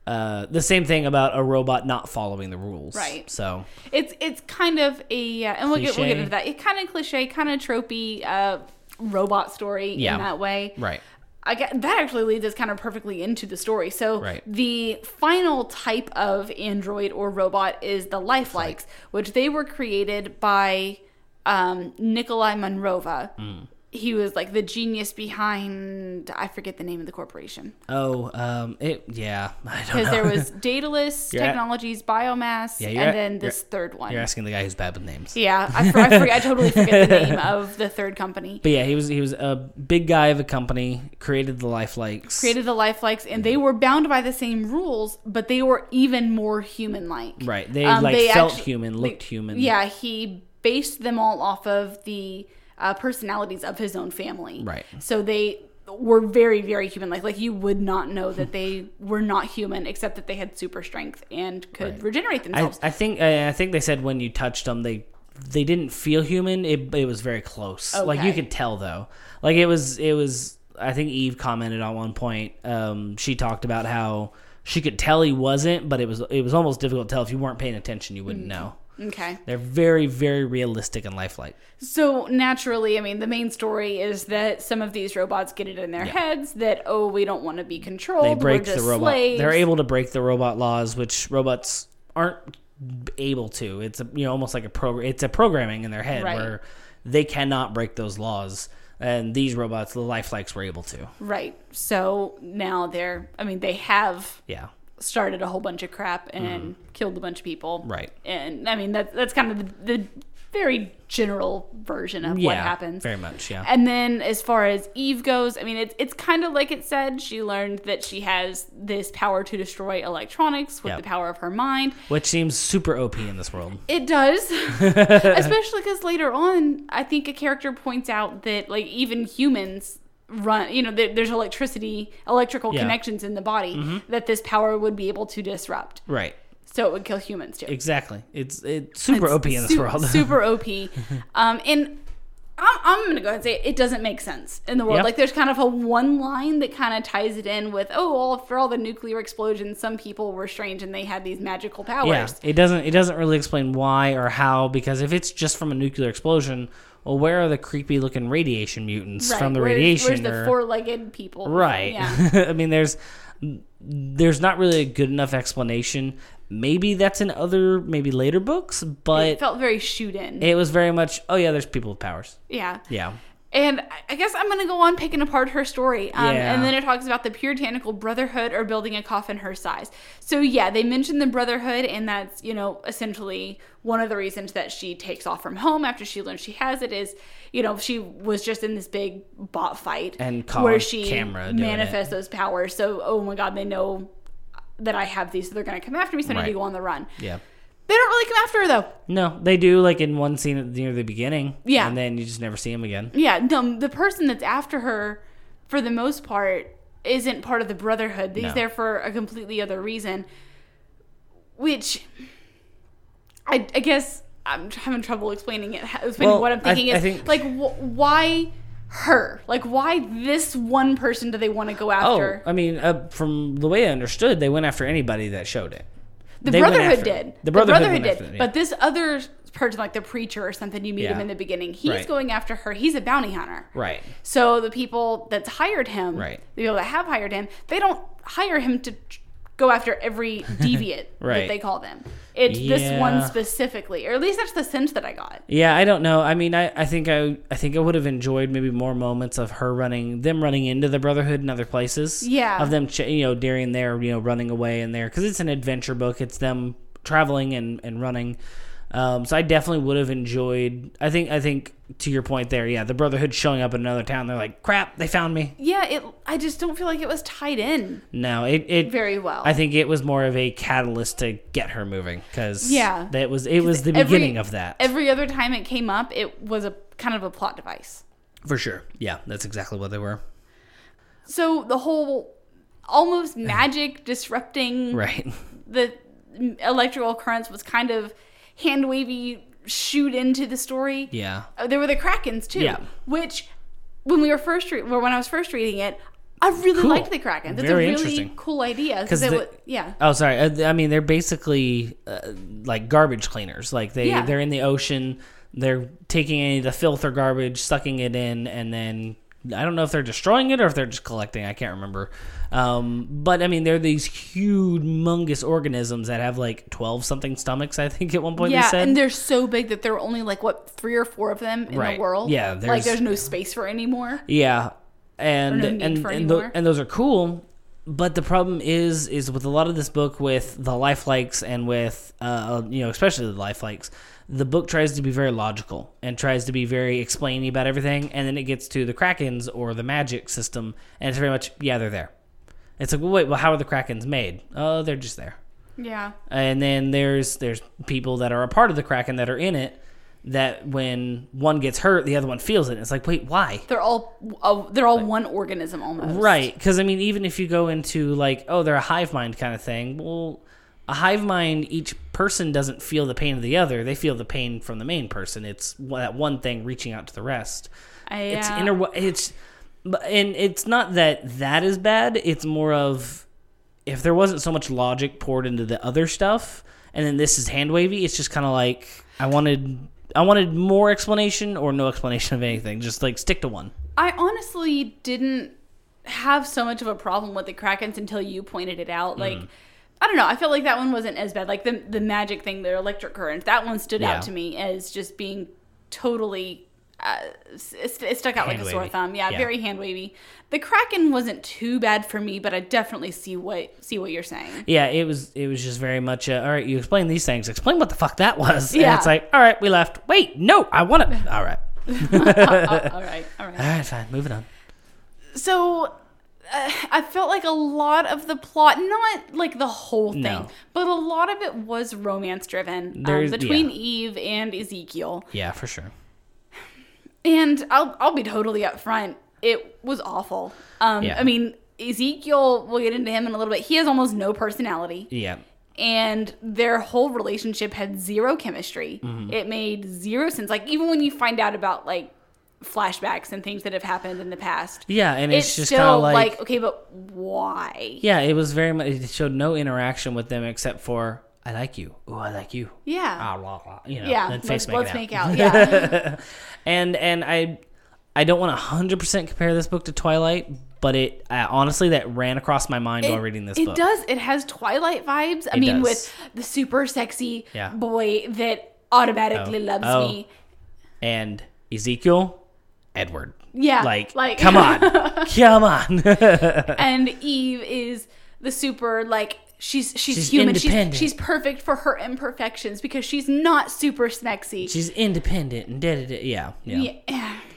[SPEAKER 1] Uh, the same thing about a robot not following the rules.
[SPEAKER 2] Right.
[SPEAKER 1] So,
[SPEAKER 2] It's it's kind of a, uh, and we'll get, we'll
[SPEAKER 1] Cliche.
[SPEAKER 2] get into that. It kind of cliche, kind of tropey uh, robot story
[SPEAKER 1] Yeah.
[SPEAKER 2] in that way.
[SPEAKER 1] right.
[SPEAKER 2] I get, that actually leads us kind of perfectly into the story. So
[SPEAKER 1] Right.
[SPEAKER 2] the final type of android or robot is the lifelikes, which they were created by um, Nikolai Monrova. He was like the genius behind I forget the name of the corporation
[SPEAKER 1] Oh, um, it yeah. *laughs* I don't know.
[SPEAKER 2] because there was Daedalus
[SPEAKER 1] You're at-
[SPEAKER 2] Technologies, Biomass,
[SPEAKER 1] you're at-
[SPEAKER 2] and then this
[SPEAKER 1] you're-
[SPEAKER 2] third one.
[SPEAKER 1] You're asking the guy who's bad with names.
[SPEAKER 2] Yeah, I, for, I, for, I totally forget the name of the third company.
[SPEAKER 1] But yeah, he was he was a big guy of a company, created the lifelikes.
[SPEAKER 2] Created the lifelikes, and they were bound by the same rules, but they were even more human-like.
[SPEAKER 1] right. They
[SPEAKER 2] Um,
[SPEAKER 1] like felt
[SPEAKER 2] actu-
[SPEAKER 1] human, looked human.
[SPEAKER 2] Yeah, he based them all off of the uh, personalities of his own family.
[SPEAKER 1] Right.
[SPEAKER 2] So they were very, very human-like. Like you would not know that they were not human, except that they had super strength and could
[SPEAKER 1] Right.
[SPEAKER 2] regenerate
[SPEAKER 1] I,
[SPEAKER 2] themselves.
[SPEAKER 1] I think I, I think they said when you touched them they they didn't feel human. It it was very close. Like you
[SPEAKER 2] Okay.
[SPEAKER 1] could tell though. Like it was it was I think Eve commented on one point. Um she talked about how she could tell he wasn't, but it was it was almost difficult to tell if you weren't paying attention you wouldn't know.
[SPEAKER 2] okay.
[SPEAKER 1] They're very very realistic and lifelike.
[SPEAKER 2] So naturally, I mean, the main story is that some of these robots get it in their heads that oh, we don't want to be controlled.
[SPEAKER 1] They break
[SPEAKER 2] We're just
[SPEAKER 1] the robot.
[SPEAKER 2] slaves.
[SPEAKER 1] They're able to break the robot laws which robots aren't able to. It's a, you know almost like a program it's a programming in their head
[SPEAKER 2] Right.
[SPEAKER 1] where they cannot break those laws. And these robots, the lifelikes were able to.
[SPEAKER 2] right. So now they're. I mean, they have
[SPEAKER 1] Yeah.
[SPEAKER 2] started a whole bunch of crap and killed a bunch of people.
[SPEAKER 1] Mm-hmm. Right.
[SPEAKER 2] And I mean, that that's kind of the, the very general version of
[SPEAKER 1] Yeah.
[SPEAKER 2] what happens.
[SPEAKER 1] Very much, yeah.
[SPEAKER 2] And then as far as Eve goes, I mean, it's it's kind of like it said. She learned that she has this power to destroy electronics with
[SPEAKER 1] Yep.
[SPEAKER 2] the power of her mind.
[SPEAKER 1] Which seems super OP in this world.
[SPEAKER 2] It
[SPEAKER 1] *laughs*
[SPEAKER 2] does, especially because later on, I think a character points out that like even humans run. You know, there, there's electricity, electrical
[SPEAKER 1] Yeah. Mm-hmm.
[SPEAKER 2] connections in the body that this power would be able to disrupt.
[SPEAKER 1] Right.
[SPEAKER 2] So it would kill humans too.
[SPEAKER 1] Exactly. It's it's super OP in this
[SPEAKER 2] Su-
[SPEAKER 1] world.
[SPEAKER 2] super OP. Um, and I'm, I'm going to go ahead and say it, it doesn't make sense in the world.
[SPEAKER 1] Yeah.
[SPEAKER 2] Like, there's kind of a one line that kind of ties it in with, oh, well, for all the nuclear explosions, some people were strange and they had these magical
[SPEAKER 1] *laughs*
[SPEAKER 2] powers.
[SPEAKER 1] yeah. It doesn't it doesn't really explain why or how because if it's just from a nuclear explosion, well where are the creepy looking radiation mutants
[SPEAKER 2] Right.
[SPEAKER 1] from the
[SPEAKER 2] Where's-
[SPEAKER 1] radiation
[SPEAKER 2] Where's
[SPEAKER 1] or-
[SPEAKER 2] the four legged people?
[SPEAKER 1] Right.
[SPEAKER 2] Yeah.
[SPEAKER 1] *laughs* I mean, there's there's not really a good enough explanation. Maybe that's in other maybe later books,
[SPEAKER 2] It
[SPEAKER 1] but
[SPEAKER 2] felt very shoot in.
[SPEAKER 1] it was very much oh yeah, there's people with powers.
[SPEAKER 2] yeah.
[SPEAKER 1] Yeah.
[SPEAKER 2] And I- I guess I'm going to go on picking apart her story. Um,
[SPEAKER 1] Yeah.
[SPEAKER 2] And then it talks about the puritanical brotherhood or building a coffin her size. So, yeah, they mention the brotherhood, and that's, you know, essentially one of the reasons that she takes off from home after she learns she has it is, you know, she was just in this big bot fight
[SPEAKER 1] And caught on camera doing it.
[SPEAKER 2] manifests those powers. So, oh my God, they know that I have these, so they're going to come after me, so I need
[SPEAKER 1] Right.
[SPEAKER 2] to go on the run.
[SPEAKER 1] Yeah.
[SPEAKER 2] They don't really come after her, though.
[SPEAKER 1] No, they do like in one scene at the- near the beginning.
[SPEAKER 2] Yeah. Mm,
[SPEAKER 1] And then you just never see him again.
[SPEAKER 2] Yeah, no, the person that's after her, for the most part, isn't part of the Brotherhood. He's
[SPEAKER 1] No.
[SPEAKER 2] there for a completely other reason, which I, I guess I'm tr- having trouble explaining it. ha- Explaining
[SPEAKER 1] Well,
[SPEAKER 2] what I'm
[SPEAKER 1] I-
[SPEAKER 2] thinking
[SPEAKER 1] I
[SPEAKER 2] is
[SPEAKER 1] think-
[SPEAKER 2] like wh- why her? Like why this one person do they want to go
[SPEAKER 1] Oh,
[SPEAKER 2] after?
[SPEAKER 1] I mean, uh, from the way I understood, they went after anybody that showed it.
[SPEAKER 2] the
[SPEAKER 1] they went
[SPEAKER 2] Brotherhood
[SPEAKER 1] after-
[SPEAKER 2] did.
[SPEAKER 1] The Brotherhood went
[SPEAKER 2] did.
[SPEAKER 1] after them, yeah.
[SPEAKER 2] But this other person, like the preacher or something, you meet
[SPEAKER 1] Yeah.
[SPEAKER 2] him in the beginning. He's
[SPEAKER 1] Right.
[SPEAKER 2] going after her. He's a bounty hunter.
[SPEAKER 1] Right.
[SPEAKER 2] So the people that's hired him,
[SPEAKER 1] Right.
[SPEAKER 2] the people that have hired him, they don't hire him to tr- go after
[SPEAKER 1] *laughs*
[SPEAKER 2] every deviant
[SPEAKER 1] Right.
[SPEAKER 2] that they call them. It's this one
[SPEAKER 1] Yeah.
[SPEAKER 2] specifically, or at least that's the sense that I got.
[SPEAKER 1] Yeah, I don't know. I mean, I, I think I I think I would have enjoyed maybe more moments of her running, them running into the Brotherhood in other places.
[SPEAKER 2] Yeah.
[SPEAKER 1] of them, ch- you know, during their you know running away in there because it's an adventure book. It's them traveling and and running. Um, so I definitely would have enjoyed. I think I think to your point there, yeah, the Brotherhood showing up in another town. They're like, crap, they found me.
[SPEAKER 2] Yeah, it. I just don't feel like it was tied in
[SPEAKER 1] No, it it
[SPEAKER 2] very well.
[SPEAKER 1] I think it was more of a catalyst to get her moving because
[SPEAKER 2] Yeah.
[SPEAKER 1] that was it was the
[SPEAKER 2] every-
[SPEAKER 1] beginning of that
[SPEAKER 2] Every other time it came up, it was a kind of a plot device.
[SPEAKER 1] for sure. Yeah, that's exactly what they were.
[SPEAKER 2] So the whole
[SPEAKER 1] *laughs*
[SPEAKER 2] almost magic disrupting
[SPEAKER 1] Right. *laughs*
[SPEAKER 2] the electrical currents was kind of hand wavy shoot into the story.
[SPEAKER 1] Yeah.
[SPEAKER 2] Uh, there were the krakens too.
[SPEAKER 1] Yeah.
[SPEAKER 2] Which, when we were first, re- well, when I was first reading it, I really
[SPEAKER 1] Cool.
[SPEAKER 2] liked the krakens. It's a
[SPEAKER 1] Very
[SPEAKER 2] really
[SPEAKER 1] interesting.
[SPEAKER 2] cool idea
[SPEAKER 1] 'Cause
[SPEAKER 2] they
[SPEAKER 1] the-
[SPEAKER 2] would- yeah,
[SPEAKER 1] Oh, sorry. I, I mean, they're basically uh, like garbage cleaners. Like they
[SPEAKER 2] Yeah.
[SPEAKER 1] they're in the ocean. They're taking any of the filth or garbage, sucking it in, and then I don't know if they're destroying it or if they're just collecting. I can't remember. Um, but I mean, they're these huge, humongous organisms that have like twelve something stomachs. I think at one point they
[SPEAKER 2] yeah,
[SPEAKER 1] said.
[SPEAKER 2] and they're so big that there are only like what three or four of them in
[SPEAKER 1] Right.
[SPEAKER 2] the world.
[SPEAKER 1] Yeah,
[SPEAKER 2] like
[SPEAKER 1] there's-
[SPEAKER 2] there's no space for anymore.
[SPEAKER 1] yeah, and
[SPEAKER 2] Or no need
[SPEAKER 1] and
[SPEAKER 2] for
[SPEAKER 1] and, tho-
[SPEAKER 2] anymore.
[SPEAKER 1] and those are cool. But the problem is, is with a lot of this book, with the lifelikes and with uh, you know, especially the lifelikes, the book tries to be very logical and tries to be very explainy about everything, and then it gets to the krakens or the magic system, and it's very much yeah, they're there. It's like, well, wait, well, how are the krakens made? Oh, they're just there.
[SPEAKER 2] Yeah,
[SPEAKER 1] and then there's there's people that are a part of the kraken that are in it that when one gets hurt the other one feels it it's like wait why
[SPEAKER 2] they're all uh, they're all one organism almost.
[SPEAKER 1] right because i mean even if you go into like oh they're a hive mind kind of thing well a hive mind each person doesn't feel the pain of the other they feel the pain from the main person it's that one thing reaching out to the rest
[SPEAKER 2] I,
[SPEAKER 1] it's
[SPEAKER 2] uh,
[SPEAKER 1] inter it's but- and it's not that that is bad it's more of if there wasn't so much logic poured into the other stuff and then this is hand wavy it's just kind of like i wanted i wanted more explanation or no explanation of anything just like stick to one
[SPEAKER 2] I honestly didn't have so much of a problem with the krakens until you pointed it out. Like,
[SPEAKER 1] Mm.
[SPEAKER 2] I don't know. I felt like that one wasn't as bad. Like the the magic thing, the electric current, that one stood
[SPEAKER 1] Yeah.
[SPEAKER 2] out to me as just being totally. Uh, s- it, it stuck out like a sore
[SPEAKER 1] Hand-wavy.
[SPEAKER 2] thumb. Yeah,
[SPEAKER 1] Yeah.
[SPEAKER 2] very hand wavy. The kraken wasn't too bad for me, but I definitely see what see what you're
[SPEAKER 1] *laughs*
[SPEAKER 2] saying.
[SPEAKER 1] yeah it was it was just very much uh, all right you explain these things explain what the fuck that was and
[SPEAKER 2] Yeah.
[SPEAKER 1] it's like all right we left wait no i want it all right
[SPEAKER 2] Uh, all right, all right.
[SPEAKER 1] all right fine moving on
[SPEAKER 2] so uh, I felt like a lot of the plot, not like the whole thing,
[SPEAKER 1] No.
[SPEAKER 2] but a lot of it was romance driven um,
[SPEAKER 1] There's-
[SPEAKER 2] between
[SPEAKER 1] yeah.
[SPEAKER 2] Eve and Ezekiel.
[SPEAKER 1] yeah for sure
[SPEAKER 2] And I'll I'll be totally upfront. It was awful. Um,
[SPEAKER 1] Yeah.
[SPEAKER 2] I mean, Ezekiel. We'll get into him in a little bit. He has almost no personality
[SPEAKER 1] yeah
[SPEAKER 2] and their whole relationship had zero chemistry.
[SPEAKER 1] Mm-hmm.
[SPEAKER 2] It made zero sense. Like even when you find out about like flashbacks and things that have happened in the past.
[SPEAKER 1] Yeah, and it's just kinda
[SPEAKER 2] still
[SPEAKER 1] like-
[SPEAKER 2] okay, but why?
[SPEAKER 1] Yeah, it was very much. It showed no interaction with them except for "I like you." Oh, I like you.
[SPEAKER 2] Yeah.
[SPEAKER 1] Ah, blah, blah, you know,
[SPEAKER 2] yeah.
[SPEAKER 1] then face
[SPEAKER 2] let's
[SPEAKER 1] make it
[SPEAKER 2] let's
[SPEAKER 1] out.
[SPEAKER 2] make
[SPEAKER 1] *laughs*
[SPEAKER 2] out. Yeah.
[SPEAKER 1] And and I, I don't want to hundred percent compare this book to Twilight, but it I, honestly that ran across my mind while reading this
[SPEAKER 2] it
[SPEAKER 1] book.
[SPEAKER 2] does. It has Twilight vibes. I mean,
[SPEAKER 1] does.
[SPEAKER 2] with the super sexy
[SPEAKER 1] Yeah.
[SPEAKER 2] boy that automatically
[SPEAKER 1] Oh.
[SPEAKER 2] loves
[SPEAKER 1] Oh.
[SPEAKER 2] me.
[SPEAKER 1] And Ezekiel, Edward,
[SPEAKER 2] Yeah.
[SPEAKER 1] *laughs* like, come on, come on.
[SPEAKER 2] *laughs*
[SPEAKER 1] *laughs*
[SPEAKER 2] and Eve is the super like she's she's,
[SPEAKER 1] She's
[SPEAKER 2] human. She's
[SPEAKER 1] independent.
[SPEAKER 2] she's perfect for her imperfections because she's not super sexy.
[SPEAKER 1] She's independent and da da da. Yeah, yeah.
[SPEAKER 2] yeah. *sighs*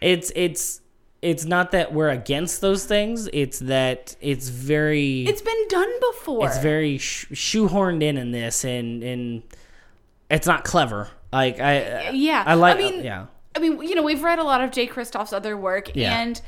[SPEAKER 1] It's it's it's not that we're against those things. It's that it's very
[SPEAKER 2] It's been done before.
[SPEAKER 1] it's very sh- shoehorned in in this and and it's not clever like i
[SPEAKER 2] yeah.
[SPEAKER 1] i like oh,
[SPEAKER 2] I mean,
[SPEAKER 1] yeah
[SPEAKER 2] I mean, you know, we've read a lot of Jay Kristoff's other work,
[SPEAKER 1] Yeah.
[SPEAKER 2] and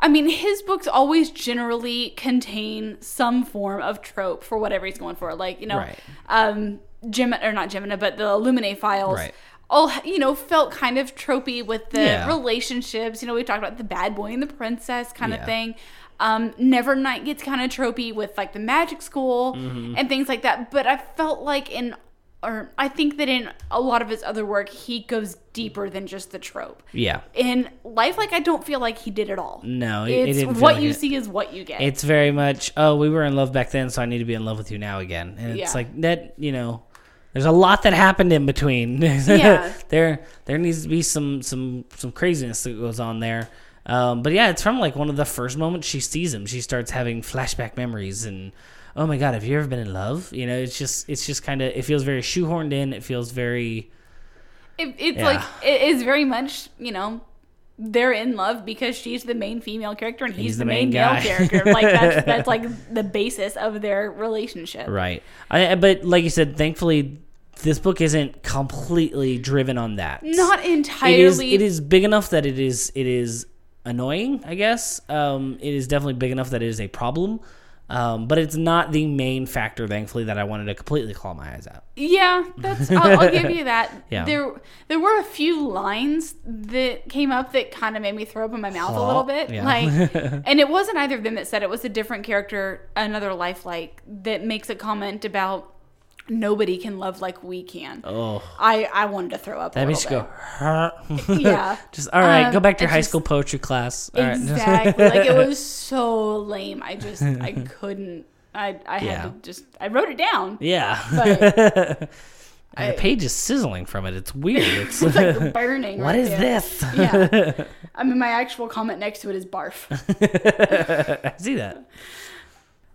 [SPEAKER 2] I mean, his books always generally contain some form of trope for whatever he's going for. Like, you know,
[SPEAKER 1] Right.
[SPEAKER 2] um, Gem or not Gemina, but the Illuminae files.
[SPEAKER 1] Right.
[SPEAKER 2] All you know felt kind of tropey with the
[SPEAKER 1] Yeah.
[SPEAKER 2] relationships. You know, we talked about the bad boy and the princess kind
[SPEAKER 1] Yeah.
[SPEAKER 2] of thing. Um, Never Night gets kind of tropey with like the magic school
[SPEAKER 1] Mm-hmm.
[SPEAKER 2] and things like that. But I felt like in, or I think that in a lot of his other work, he goes deeper than just the trope.
[SPEAKER 1] yeah
[SPEAKER 2] In life, like I don't feel like he did at all.
[SPEAKER 1] no it, it
[SPEAKER 2] it's
[SPEAKER 1] didn't feel
[SPEAKER 2] what
[SPEAKER 1] like
[SPEAKER 2] you
[SPEAKER 1] it.
[SPEAKER 2] see is what you get.
[SPEAKER 1] it's very much oh we were in love back then so i need to be in love with you now again and
[SPEAKER 2] Yeah.
[SPEAKER 1] it's like that you know there's a lot that happened in between *laughs*
[SPEAKER 2] Yeah.
[SPEAKER 1] there there needs to be some some some craziness that goes on there um, but yeah it's from like one of the first moments she sees him she starts having flashback memories and oh my god have you ever been in love you know it's just it's just kind of it feels very shoehorned in it feels very
[SPEAKER 2] It, it's
[SPEAKER 1] Yeah.
[SPEAKER 2] like it is very much you know they're in love because she's the main female character and he's, the, main,
[SPEAKER 1] guy.
[SPEAKER 2] male character. Like that's
[SPEAKER 1] *laughs*
[SPEAKER 2] that's like the basis of their relationship.
[SPEAKER 1] Right. I, I- but like you said, thankfully, this book isn't completely driven on that.
[SPEAKER 2] Not
[SPEAKER 1] It is.
[SPEAKER 2] entirely.
[SPEAKER 1] It is big enough that it is. It is annoying. I guess. Um, it is definitely big enough that it is a problem. Um, but it's not the main factor, thankfully, that I wanted to completely claw my eyes out.
[SPEAKER 2] Yeah, that's. I'll, I'll give you that.
[SPEAKER 1] *laughs* Yeah.
[SPEAKER 2] There there were a few lines that came up that kind of made me throw up in my mouth a little bit.
[SPEAKER 1] Yeah. *laughs*
[SPEAKER 2] Like, and it wasn't either of them that said it it was a different character, another lifelike, that makes a comment about nobody can love like we can.
[SPEAKER 1] Oh.
[SPEAKER 2] I I wanted to throw up.
[SPEAKER 1] That
[SPEAKER 2] a
[SPEAKER 1] makes you
[SPEAKER 2] little
[SPEAKER 1] go. "Huh?"
[SPEAKER 2] bit. Yeah.
[SPEAKER 1] *laughs* just all right.
[SPEAKER 2] Um,
[SPEAKER 1] go back to your
[SPEAKER 2] I
[SPEAKER 1] high
[SPEAKER 2] just-
[SPEAKER 1] school poetry class. All right.
[SPEAKER 2] Exactly. like it was so lame. I
[SPEAKER 1] *laughs*
[SPEAKER 2] just I couldn't. I I had
[SPEAKER 1] Yeah.
[SPEAKER 2] to just I wrote
[SPEAKER 1] *laughs*
[SPEAKER 2] it down.
[SPEAKER 1] *laughs* yeah.
[SPEAKER 2] But
[SPEAKER 1] And *laughs* the page is sizzling from it. It's
[SPEAKER 2] *laughs*
[SPEAKER 1] weird. It's
[SPEAKER 2] it's
[SPEAKER 1] *laughs*
[SPEAKER 2] like burning.
[SPEAKER 1] what
[SPEAKER 2] right
[SPEAKER 1] is
[SPEAKER 2] there. *laughs*
[SPEAKER 1] this?
[SPEAKER 2] Yeah.
[SPEAKER 1] *laughs*
[SPEAKER 2] I mean, my actual comment next to it is barf.
[SPEAKER 1] I see that.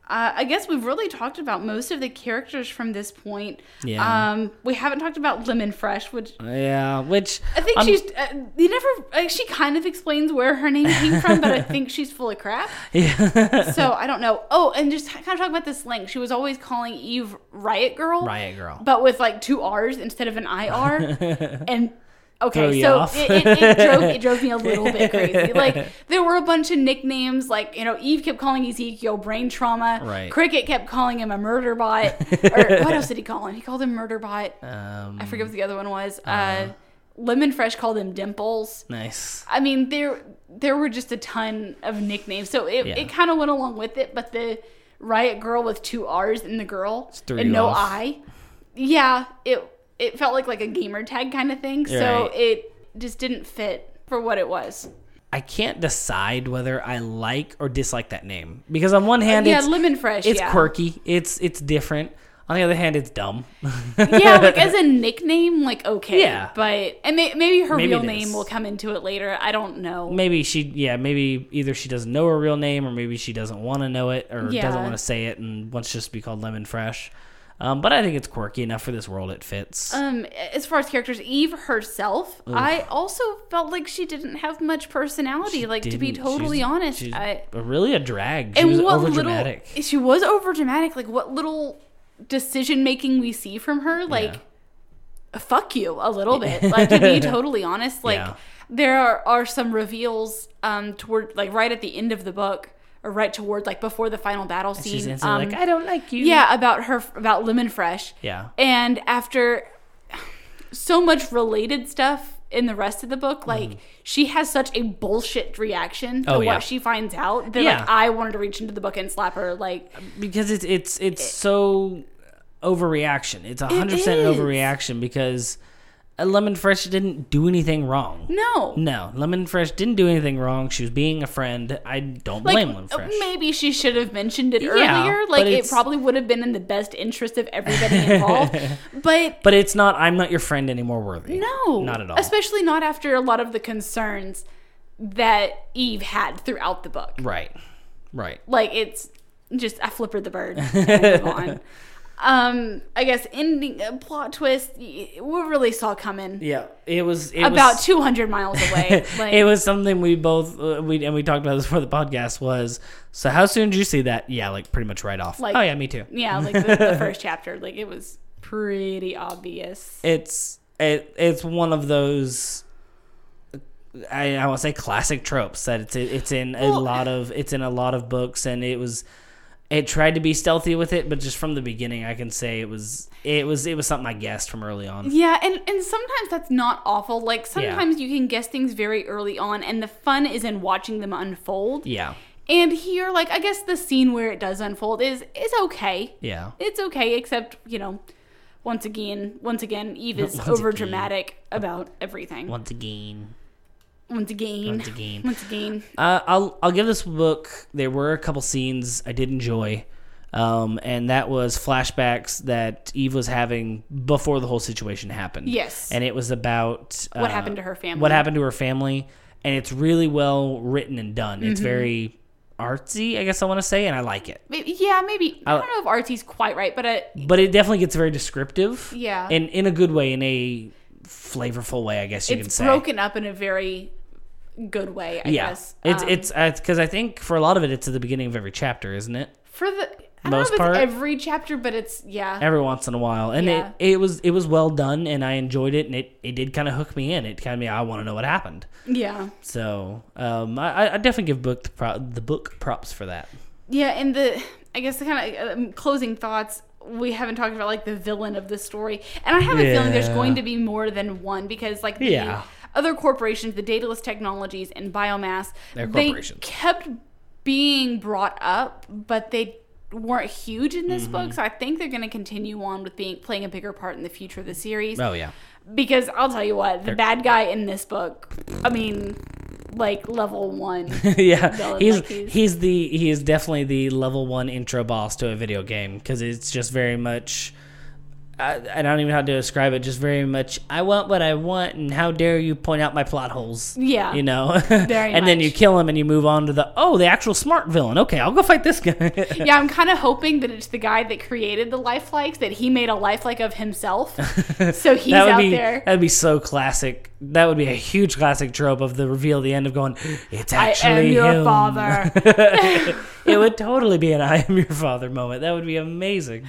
[SPEAKER 2] Uh, I guess we've really talked about most of the characters from this point.
[SPEAKER 1] Yeah.
[SPEAKER 2] Um, we haven't talked about Lemon Fresh, which
[SPEAKER 1] Yeah. Which
[SPEAKER 2] I think
[SPEAKER 1] I'm- *laughs*
[SPEAKER 2] she's. Uh, you never. Uh, she kind of explains where her name came from,
[SPEAKER 1] *laughs*
[SPEAKER 2] but I think she's full of crap.
[SPEAKER 1] Yeah.
[SPEAKER 2] So I don't know. Oh, and just kind of talk about this link. She was always calling Eve Riot Girl.
[SPEAKER 1] Riot Girl.
[SPEAKER 2] But with like two R's instead of
[SPEAKER 1] *laughs*
[SPEAKER 2] an IR. and
[SPEAKER 1] Throw
[SPEAKER 2] okay,
[SPEAKER 1] you
[SPEAKER 2] so
[SPEAKER 1] off.
[SPEAKER 2] it, it, it, drove, it drove
[SPEAKER 1] *laughs*
[SPEAKER 2] me a little bit crazy. Like there were a bunch of nicknames. Like you know, Eve kept calling Ezekiel brain trauma.
[SPEAKER 1] Right.
[SPEAKER 2] Cricket kept calling him a
[SPEAKER 1] *laughs*
[SPEAKER 2] murder bot. or what else did he call him? He called him murder bot.
[SPEAKER 1] um,
[SPEAKER 2] I forget what the other one was. Uh, Lemon Fresh called him Dimples.
[SPEAKER 1] nice.
[SPEAKER 2] I mean, there there were just a ton of nicknames, so it,
[SPEAKER 1] Yeah.
[SPEAKER 2] it kind of went along with it. But the Riot Girl with two R's and the girl
[SPEAKER 1] threw
[SPEAKER 2] and
[SPEAKER 1] you
[SPEAKER 2] no
[SPEAKER 1] off.
[SPEAKER 2] I, yeah, it it felt like like a gamer tag kind of thing. So
[SPEAKER 1] Right.
[SPEAKER 2] it just didn't fit for what it was.
[SPEAKER 1] I can't decide whether I like or dislike that name because on one hand,
[SPEAKER 2] Uh, yeah,
[SPEAKER 1] it's
[SPEAKER 2] Lemon Fresh.
[SPEAKER 1] it's
[SPEAKER 2] yeah.
[SPEAKER 1] quirky. It's it's different. On the other hand, it's dumb. *laughs*
[SPEAKER 2] yeah, like as a nickname, like okay,
[SPEAKER 1] Yeah.
[SPEAKER 2] But and may, maybe her
[SPEAKER 1] Maybe
[SPEAKER 2] real
[SPEAKER 1] it
[SPEAKER 2] name
[SPEAKER 1] is.
[SPEAKER 2] will come into it later. I don't know.
[SPEAKER 1] maybe she yeah maybe either she doesn't know her real name or maybe she doesn't want to know it or
[SPEAKER 2] Yeah.
[SPEAKER 1] doesn't want to say it and wants just to be called lemon fresh um, but i think it's quirky enough for this world it fits
[SPEAKER 2] Um, as far as characters, Eve herself, I also felt like she didn't have much personality. like to be
[SPEAKER 1] Didn't-
[SPEAKER 2] totally
[SPEAKER 1] she's-
[SPEAKER 2] honest,
[SPEAKER 1] she's
[SPEAKER 2] I,
[SPEAKER 1] really a drag she
[SPEAKER 2] and
[SPEAKER 1] was
[SPEAKER 2] what
[SPEAKER 1] over
[SPEAKER 2] little
[SPEAKER 1] dramatic
[SPEAKER 2] she was over dramatic. Like what little decision making we see from her, like fuck you a little bit. Like to
[SPEAKER 1] *laughs*
[SPEAKER 2] be totally honest, like
[SPEAKER 1] Yeah.
[SPEAKER 2] there are, are some reveals um toward like right at the end of the book or right toward like before the final battle scene.
[SPEAKER 1] she's
[SPEAKER 2] um,
[SPEAKER 1] instantly like i don't like you
[SPEAKER 2] yeah, about her about Lemon Fresh.
[SPEAKER 1] yeah
[SPEAKER 2] And after so much related stuff in the rest of the book, like she has such a bullshit reaction to
[SPEAKER 1] Mm-hmm. Oh,
[SPEAKER 2] what
[SPEAKER 1] yeah.
[SPEAKER 2] she finds out that
[SPEAKER 1] Yeah.
[SPEAKER 2] like I wanted to reach into the book and slap her. Like
[SPEAKER 1] because it's it's it's so overreaction it's 100%
[SPEAKER 2] is.
[SPEAKER 1] overreaction because uh, lemon fresh didn't do anything wrong
[SPEAKER 2] no,
[SPEAKER 1] No, Lemon Fresh didn't do anything wrong. She was being a friend. I don't
[SPEAKER 2] like oh, uh,
[SPEAKER 1] blame Lemon Fresh.
[SPEAKER 2] maybe she should have mentioned it
[SPEAKER 1] Yeah,
[SPEAKER 2] earlier.
[SPEAKER 1] but
[SPEAKER 2] Like it
[SPEAKER 1] it's-
[SPEAKER 2] probably would have been in the best interest of
[SPEAKER 1] *laughs*
[SPEAKER 2] everybody involved. but
[SPEAKER 1] But it's not I'm not your friend anymore worthy.
[SPEAKER 2] No.
[SPEAKER 1] Not at all.
[SPEAKER 2] Especially not after a lot of the concerns that Eve had throughout the book.
[SPEAKER 1] Right. Right.
[SPEAKER 2] like it's just I flippered the bird. and
[SPEAKER 1] *laughs*
[SPEAKER 2] move on. Um, I guess ending uh, plot twist y- we really saw coming
[SPEAKER 1] Yeah. It was it
[SPEAKER 2] about
[SPEAKER 1] was,
[SPEAKER 2] 200 miles away.
[SPEAKER 1] *laughs*
[SPEAKER 2] Like,
[SPEAKER 1] it was something we both uh, we and we talked about this before the podcast was so how soon did you see that? Yeah, like pretty much right off.
[SPEAKER 2] Like-
[SPEAKER 1] oh yeah, me too.
[SPEAKER 2] yeah, like the, the first chapter, like it was pretty obvious.
[SPEAKER 1] It's it it's one of those I, I want to say classic tropes that it's it's in a
[SPEAKER 2] Well-
[SPEAKER 1] lot of it's in a lot of books and it was it tried to be stealthy with it but just from the beginning I can say it was it was it was something I guessed from early on.
[SPEAKER 2] Yeah, and and sometimes that's not awful. Like sometimes you can guess things very early on, and the fun is in watching them unfold.
[SPEAKER 1] Yeah.
[SPEAKER 2] And here, like I guess the scene where it does unfold is is okay.
[SPEAKER 1] Yeah.
[SPEAKER 2] it's okay except you know once again once again eve
[SPEAKER 1] *laughs*
[SPEAKER 2] is
[SPEAKER 1] Once
[SPEAKER 2] over
[SPEAKER 1] again.
[SPEAKER 2] dramatic about everything once,
[SPEAKER 1] Once again.
[SPEAKER 2] again
[SPEAKER 1] Once again.
[SPEAKER 2] once again
[SPEAKER 1] Uh, I'll I'll give this book. There were a couple scenes I did enjoy, um, and that was flashbacks that Eve was having before the whole situation happened.
[SPEAKER 2] Yes.
[SPEAKER 1] and it was about
[SPEAKER 2] What
[SPEAKER 1] uh,
[SPEAKER 2] happened to her family.
[SPEAKER 1] What happened to her family, and it's really well written and done.
[SPEAKER 2] Mm-hmm.
[SPEAKER 1] It's very artsy, I guess I want to say, and I like it.
[SPEAKER 2] maybe, yeah maybe i don't know if rt's quite right but I,
[SPEAKER 1] But it definitely gets very descriptive.
[SPEAKER 2] Yeah.
[SPEAKER 1] and in a good way, in a flavorful way, I guess you can
[SPEAKER 2] it's
[SPEAKER 1] say.
[SPEAKER 2] broken up in a very good way i
[SPEAKER 1] yeah,
[SPEAKER 2] guess
[SPEAKER 1] it's
[SPEAKER 2] Um,
[SPEAKER 1] it's because I think for a lot of it, it's at the beginning of every chapter, isn't it?
[SPEAKER 2] for the I don't
[SPEAKER 1] most
[SPEAKER 2] know if
[SPEAKER 1] part-
[SPEAKER 2] it's every chapter, but it's yeah.
[SPEAKER 1] every once in a while and
[SPEAKER 2] Yeah.
[SPEAKER 1] it, it was it was well done and i enjoyed it and it, it did kind of hook me in it kind of me i want to know what happened
[SPEAKER 2] yeah.
[SPEAKER 1] so um i, I- I definitely give book the, pro- the book props for that
[SPEAKER 2] Yeah, and the I guess the kind of um, closing thoughts we haven't talked about like the villain of the story, and I have a feeling there's
[SPEAKER 1] Yeah.
[SPEAKER 2] going to be more than one because like the
[SPEAKER 1] Yeah.
[SPEAKER 2] other corporations, the Dataless Technologies and Biomass,
[SPEAKER 1] They're
[SPEAKER 2] they
[SPEAKER 1] corporations.
[SPEAKER 2] kept being brought up, but they weren't huge in this
[SPEAKER 1] Mm-hmm.
[SPEAKER 2] book, so I think they're going to continue on with being playing a bigger part in the future of the series.
[SPEAKER 1] Oh yeah.
[SPEAKER 2] Because I'll tell you what, the bad guy in this book, I mean, like level
[SPEAKER 1] *laughs*
[SPEAKER 2] one.
[SPEAKER 1] *laughs* yeah,
[SPEAKER 2] *laughs* Villain
[SPEAKER 1] he's
[SPEAKER 2] like he's-
[SPEAKER 1] he's the he is definitely the level one intro boss to a video game because it's just very much. I, I don't even know how to describe it. Just very much, I want what I want, and how dare you point out my plot holes?
[SPEAKER 2] Yeah.
[SPEAKER 1] you know. *laughs* and then
[SPEAKER 2] much.
[SPEAKER 1] you kill him, and you move on to the oh, the actual smart villain. Okay, I'll go fight this guy. *laughs*
[SPEAKER 2] yeah, I'm kind of hoping that it's the guy that created the lifelikes that he made a lifelike of
[SPEAKER 1] *laughs*
[SPEAKER 2] himself. so he's
[SPEAKER 1] that would
[SPEAKER 2] out
[SPEAKER 1] be
[SPEAKER 2] there.
[SPEAKER 1] that would be so classic. That would be a huge classic trope of the reveal at the end of going, it's
[SPEAKER 2] I
[SPEAKER 1] actually
[SPEAKER 2] am your
[SPEAKER 1] him." *laughs*
[SPEAKER 2] father.
[SPEAKER 1] It would totally be an *laughs* "I am your father" moment. That would be amazing.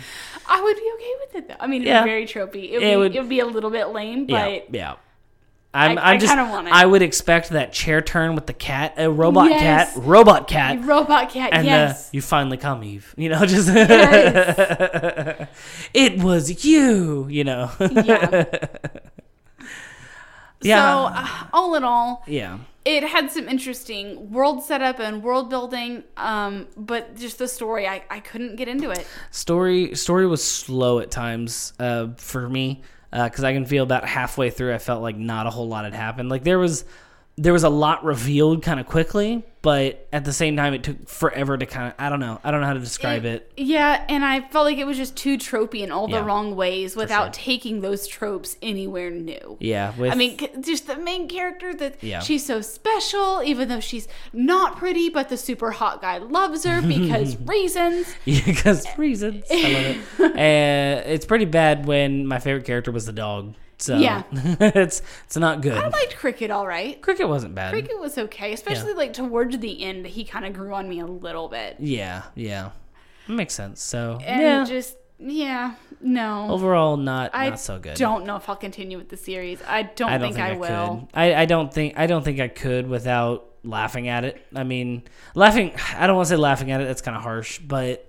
[SPEAKER 2] I would be okay with it though. I mean, it'd
[SPEAKER 1] Yeah.
[SPEAKER 2] be very tropey. It would,
[SPEAKER 1] It
[SPEAKER 2] be,
[SPEAKER 1] would-
[SPEAKER 2] it would be a little bit lame, but
[SPEAKER 1] yeah, yeah. I'm,
[SPEAKER 2] I-
[SPEAKER 1] I, am
[SPEAKER 2] I
[SPEAKER 1] just.
[SPEAKER 2] kinda want it.
[SPEAKER 1] I would expect that chair turn with the cat, a robot
[SPEAKER 2] Yes.
[SPEAKER 1] cat, robot cat,
[SPEAKER 2] robot cat.
[SPEAKER 1] and uh, *laughs*
[SPEAKER 2] yes.
[SPEAKER 1] the, you finally come, Eve. You know, *laughs* just
[SPEAKER 2] Yes.
[SPEAKER 1] it was you. You know, *laughs*
[SPEAKER 2] yeah.
[SPEAKER 1] Yeah.
[SPEAKER 2] So, uh, all in all,
[SPEAKER 1] yeah.
[SPEAKER 2] it had some interesting world setup and world building, um, but just the story, I, I couldn't get into it.
[SPEAKER 1] Story story was slow at times uh, for me because I can feel about halfway through I felt like not a whole lot had happened. Like there was there was a lot revealed kind of quickly, but at the same time it took forever to kind of I don't know I don't know how to describe it.
[SPEAKER 2] Yeah, and I felt like it was just too tropey in all the
[SPEAKER 1] Yeah,
[SPEAKER 2] wrong ways without
[SPEAKER 1] sure.
[SPEAKER 2] taking those tropes anywhere new.
[SPEAKER 1] Yeah, with *laughs*
[SPEAKER 2] I mean, c- just the main character that
[SPEAKER 1] Yeah.
[SPEAKER 2] she's so special, even though she's not pretty, but the super hot guy loves her
[SPEAKER 1] *laughs*
[SPEAKER 2] because reasons.
[SPEAKER 1] because reasons. I
[SPEAKER 2] *laughs*
[SPEAKER 1] love it. Uh, it's pretty bad when my favorite character was the dog. So
[SPEAKER 2] Yeah.
[SPEAKER 1] *laughs* it's it's not good.
[SPEAKER 2] I liked Cricket all right.
[SPEAKER 1] Cricket wasn't bad.
[SPEAKER 2] Cricket was okay, especially like towards the end, he kind of grew on me a little bit.
[SPEAKER 1] Yeah, yeah, makes sense. So
[SPEAKER 2] And
[SPEAKER 1] yeah,
[SPEAKER 2] just, yeah, no.
[SPEAKER 1] overall not
[SPEAKER 2] I
[SPEAKER 1] not so good.
[SPEAKER 2] don't know if I'll continue with the series. I don't,
[SPEAKER 1] I
[SPEAKER 2] think, I, will.
[SPEAKER 1] could. I, I don't think I don't think I could without laughing at it. I mean, laughing. I don't want to say laughing at it. That's kind of harsh, but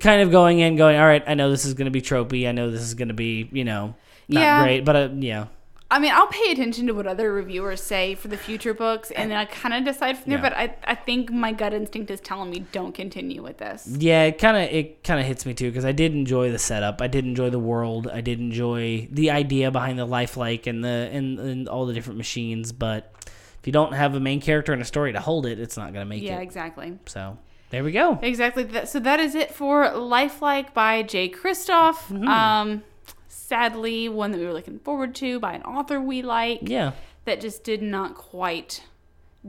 [SPEAKER 1] kind of going in, going, all right. I know this is going to be tropey. I know this is going to be you know not
[SPEAKER 2] Yeah.
[SPEAKER 1] great, but uh, yeah,
[SPEAKER 2] I mean, I'll pay attention to what other reviewers say for the future books, and then I kind of decide from there.
[SPEAKER 1] Yeah.
[SPEAKER 2] But I, I think my gut instinct is telling me don't continue with this.
[SPEAKER 1] Yeah, it kind of it kind of hits me too because I did enjoy the setup. I did enjoy the world. I did enjoy the idea behind the lifelike and the and, and all the different machines. But if you don't have a main character and a story to hold it, it's not gonna make
[SPEAKER 2] Yeah,
[SPEAKER 1] it.
[SPEAKER 2] exactly.
[SPEAKER 1] So there we go.
[SPEAKER 2] Exactly. That, so that is it for Lifelike by Jay Kristoff. Um, sadly, one that we were looking forward to by an author we like
[SPEAKER 1] Yeah,
[SPEAKER 2] that just did not quite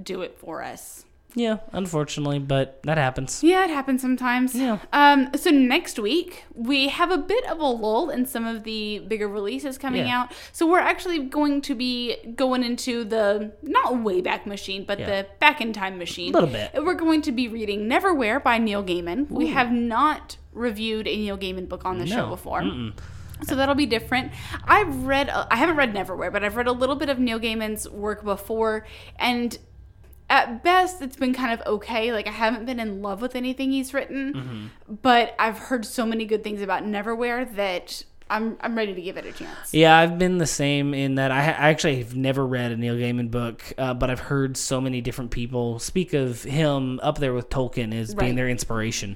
[SPEAKER 2] do it for us.
[SPEAKER 1] yeah. Unfortunately, but that happens.
[SPEAKER 2] Yeah, it happens sometimes.
[SPEAKER 1] Yeah.
[SPEAKER 2] Um, so next week we have a bit of a lull in some of the bigger releases coming
[SPEAKER 1] Yeah.
[SPEAKER 2] out. So we're actually going to be going into the not way back machine, but
[SPEAKER 1] Yeah.
[SPEAKER 2] the back in time machine.
[SPEAKER 1] Little bit.
[SPEAKER 2] And We're going to be reading Neverwhere by Neil Gaiman. We have not reviewed a Neil Gaiman book on the show
[SPEAKER 1] No.
[SPEAKER 2] before. So that'll be different. I've read, uh, I haven't read Neverwhere, but I've read a little bit of Neil Gaiman's work before, and at best, it's been kind of okay. Like I haven't been in love with anything he's written,
[SPEAKER 1] Mm-hmm.
[SPEAKER 2] but I've heard so many good things about Neverwhere that I'm I'm ready to give it a chance.
[SPEAKER 1] Yeah, I've been the same in that I, I actually have never read a Neil Gaiman book, uh, but I've heard so many different people speak of him up there with Tolkien as being
[SPEAKER 2] Right.
[SPEAKER 1] their inspiration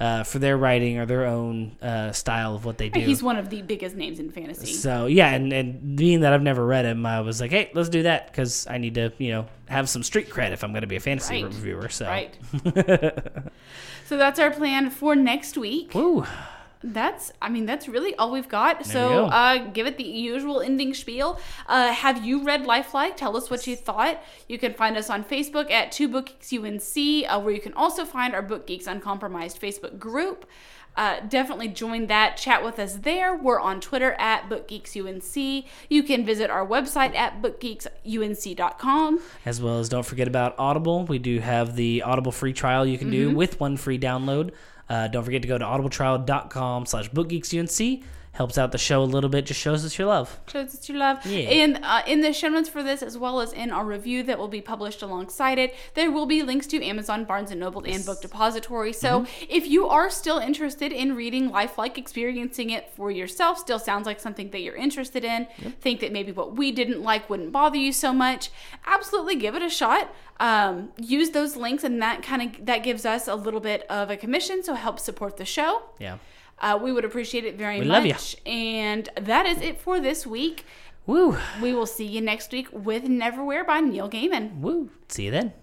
[SPEAKER 1] uh, for their writing or their own uh, style of what they do.
[SPEAKER 2] He's one of the biggest names in fantasy.
[SPEAKER 1] So yeah, and, and being that I've never read him, I was like, hey, let's do that because I need to, you know, have some street cred if I'm going to be a fantasy
[SPEAKER 2] Right.
[SPEAKER 1] reviewer. So, *laughs*
[SPEAKER 2] Right. so that's our plan for next week.
[SPEAKER 1] Woo.
[SPEAKER 2] That's, I mean, that's really all we've got.
[SPEAKER 1] we
[SPEAKER 2] so
[SPEAKER 1] go.
[SPEAKER 2] uh, give it the usual ending spiel. Uh, have you read Lifelike? Tell us what you thought. You can find us on Facebook at Two Book Geeks UNC, uh, where you can also find our Book Geeks Uncompromised Facebook group. Uh, definitely join that. Chat with us there. We're on Twitter at Book Geeks UNC. You can visit our website at bookgeeksunc.com.
[SPEAKER 1] as well as don't forget about Audible. We do have the Audible free trial you can do with one free download. Uh, don't forget to go to audibletrial.com slash bookgeeksunc helps out the show a little bit, just shows us your love.
[SPEAKER 2] Clothes That You Love.
[SPEAKER 1] Yeah.
[SPEAKER 2] And uh, in the show notes for this, as well as in our review that will be published alongside it, there will be links to Amazon, Barnes and Noble, and Book Depository. So if you are still interested in reading life like experiencing it for yourself, still sounds like something that you're interested in, think that maybe what we didn't like wouldn't bother you so much, absolutely give it a shot. Um, use those links, and that kind of that gives us a little bit of a commission, so help support the show.
[SPEAKER 1] Yeah.
[SPEAKER 2] Uh, we would appreciate it very
[SPEAKER 1] We love
[SPEAKER 2] much.
[SPEAKER 1] ya.
[SPEAKER 2] And that is it for this week.
[SPEAKER 1] Woo.
[SPEAKER 2] We will see you next week with Neverwhere by Neil Gaiman.
[SPEAKER 1] Woo. See you then.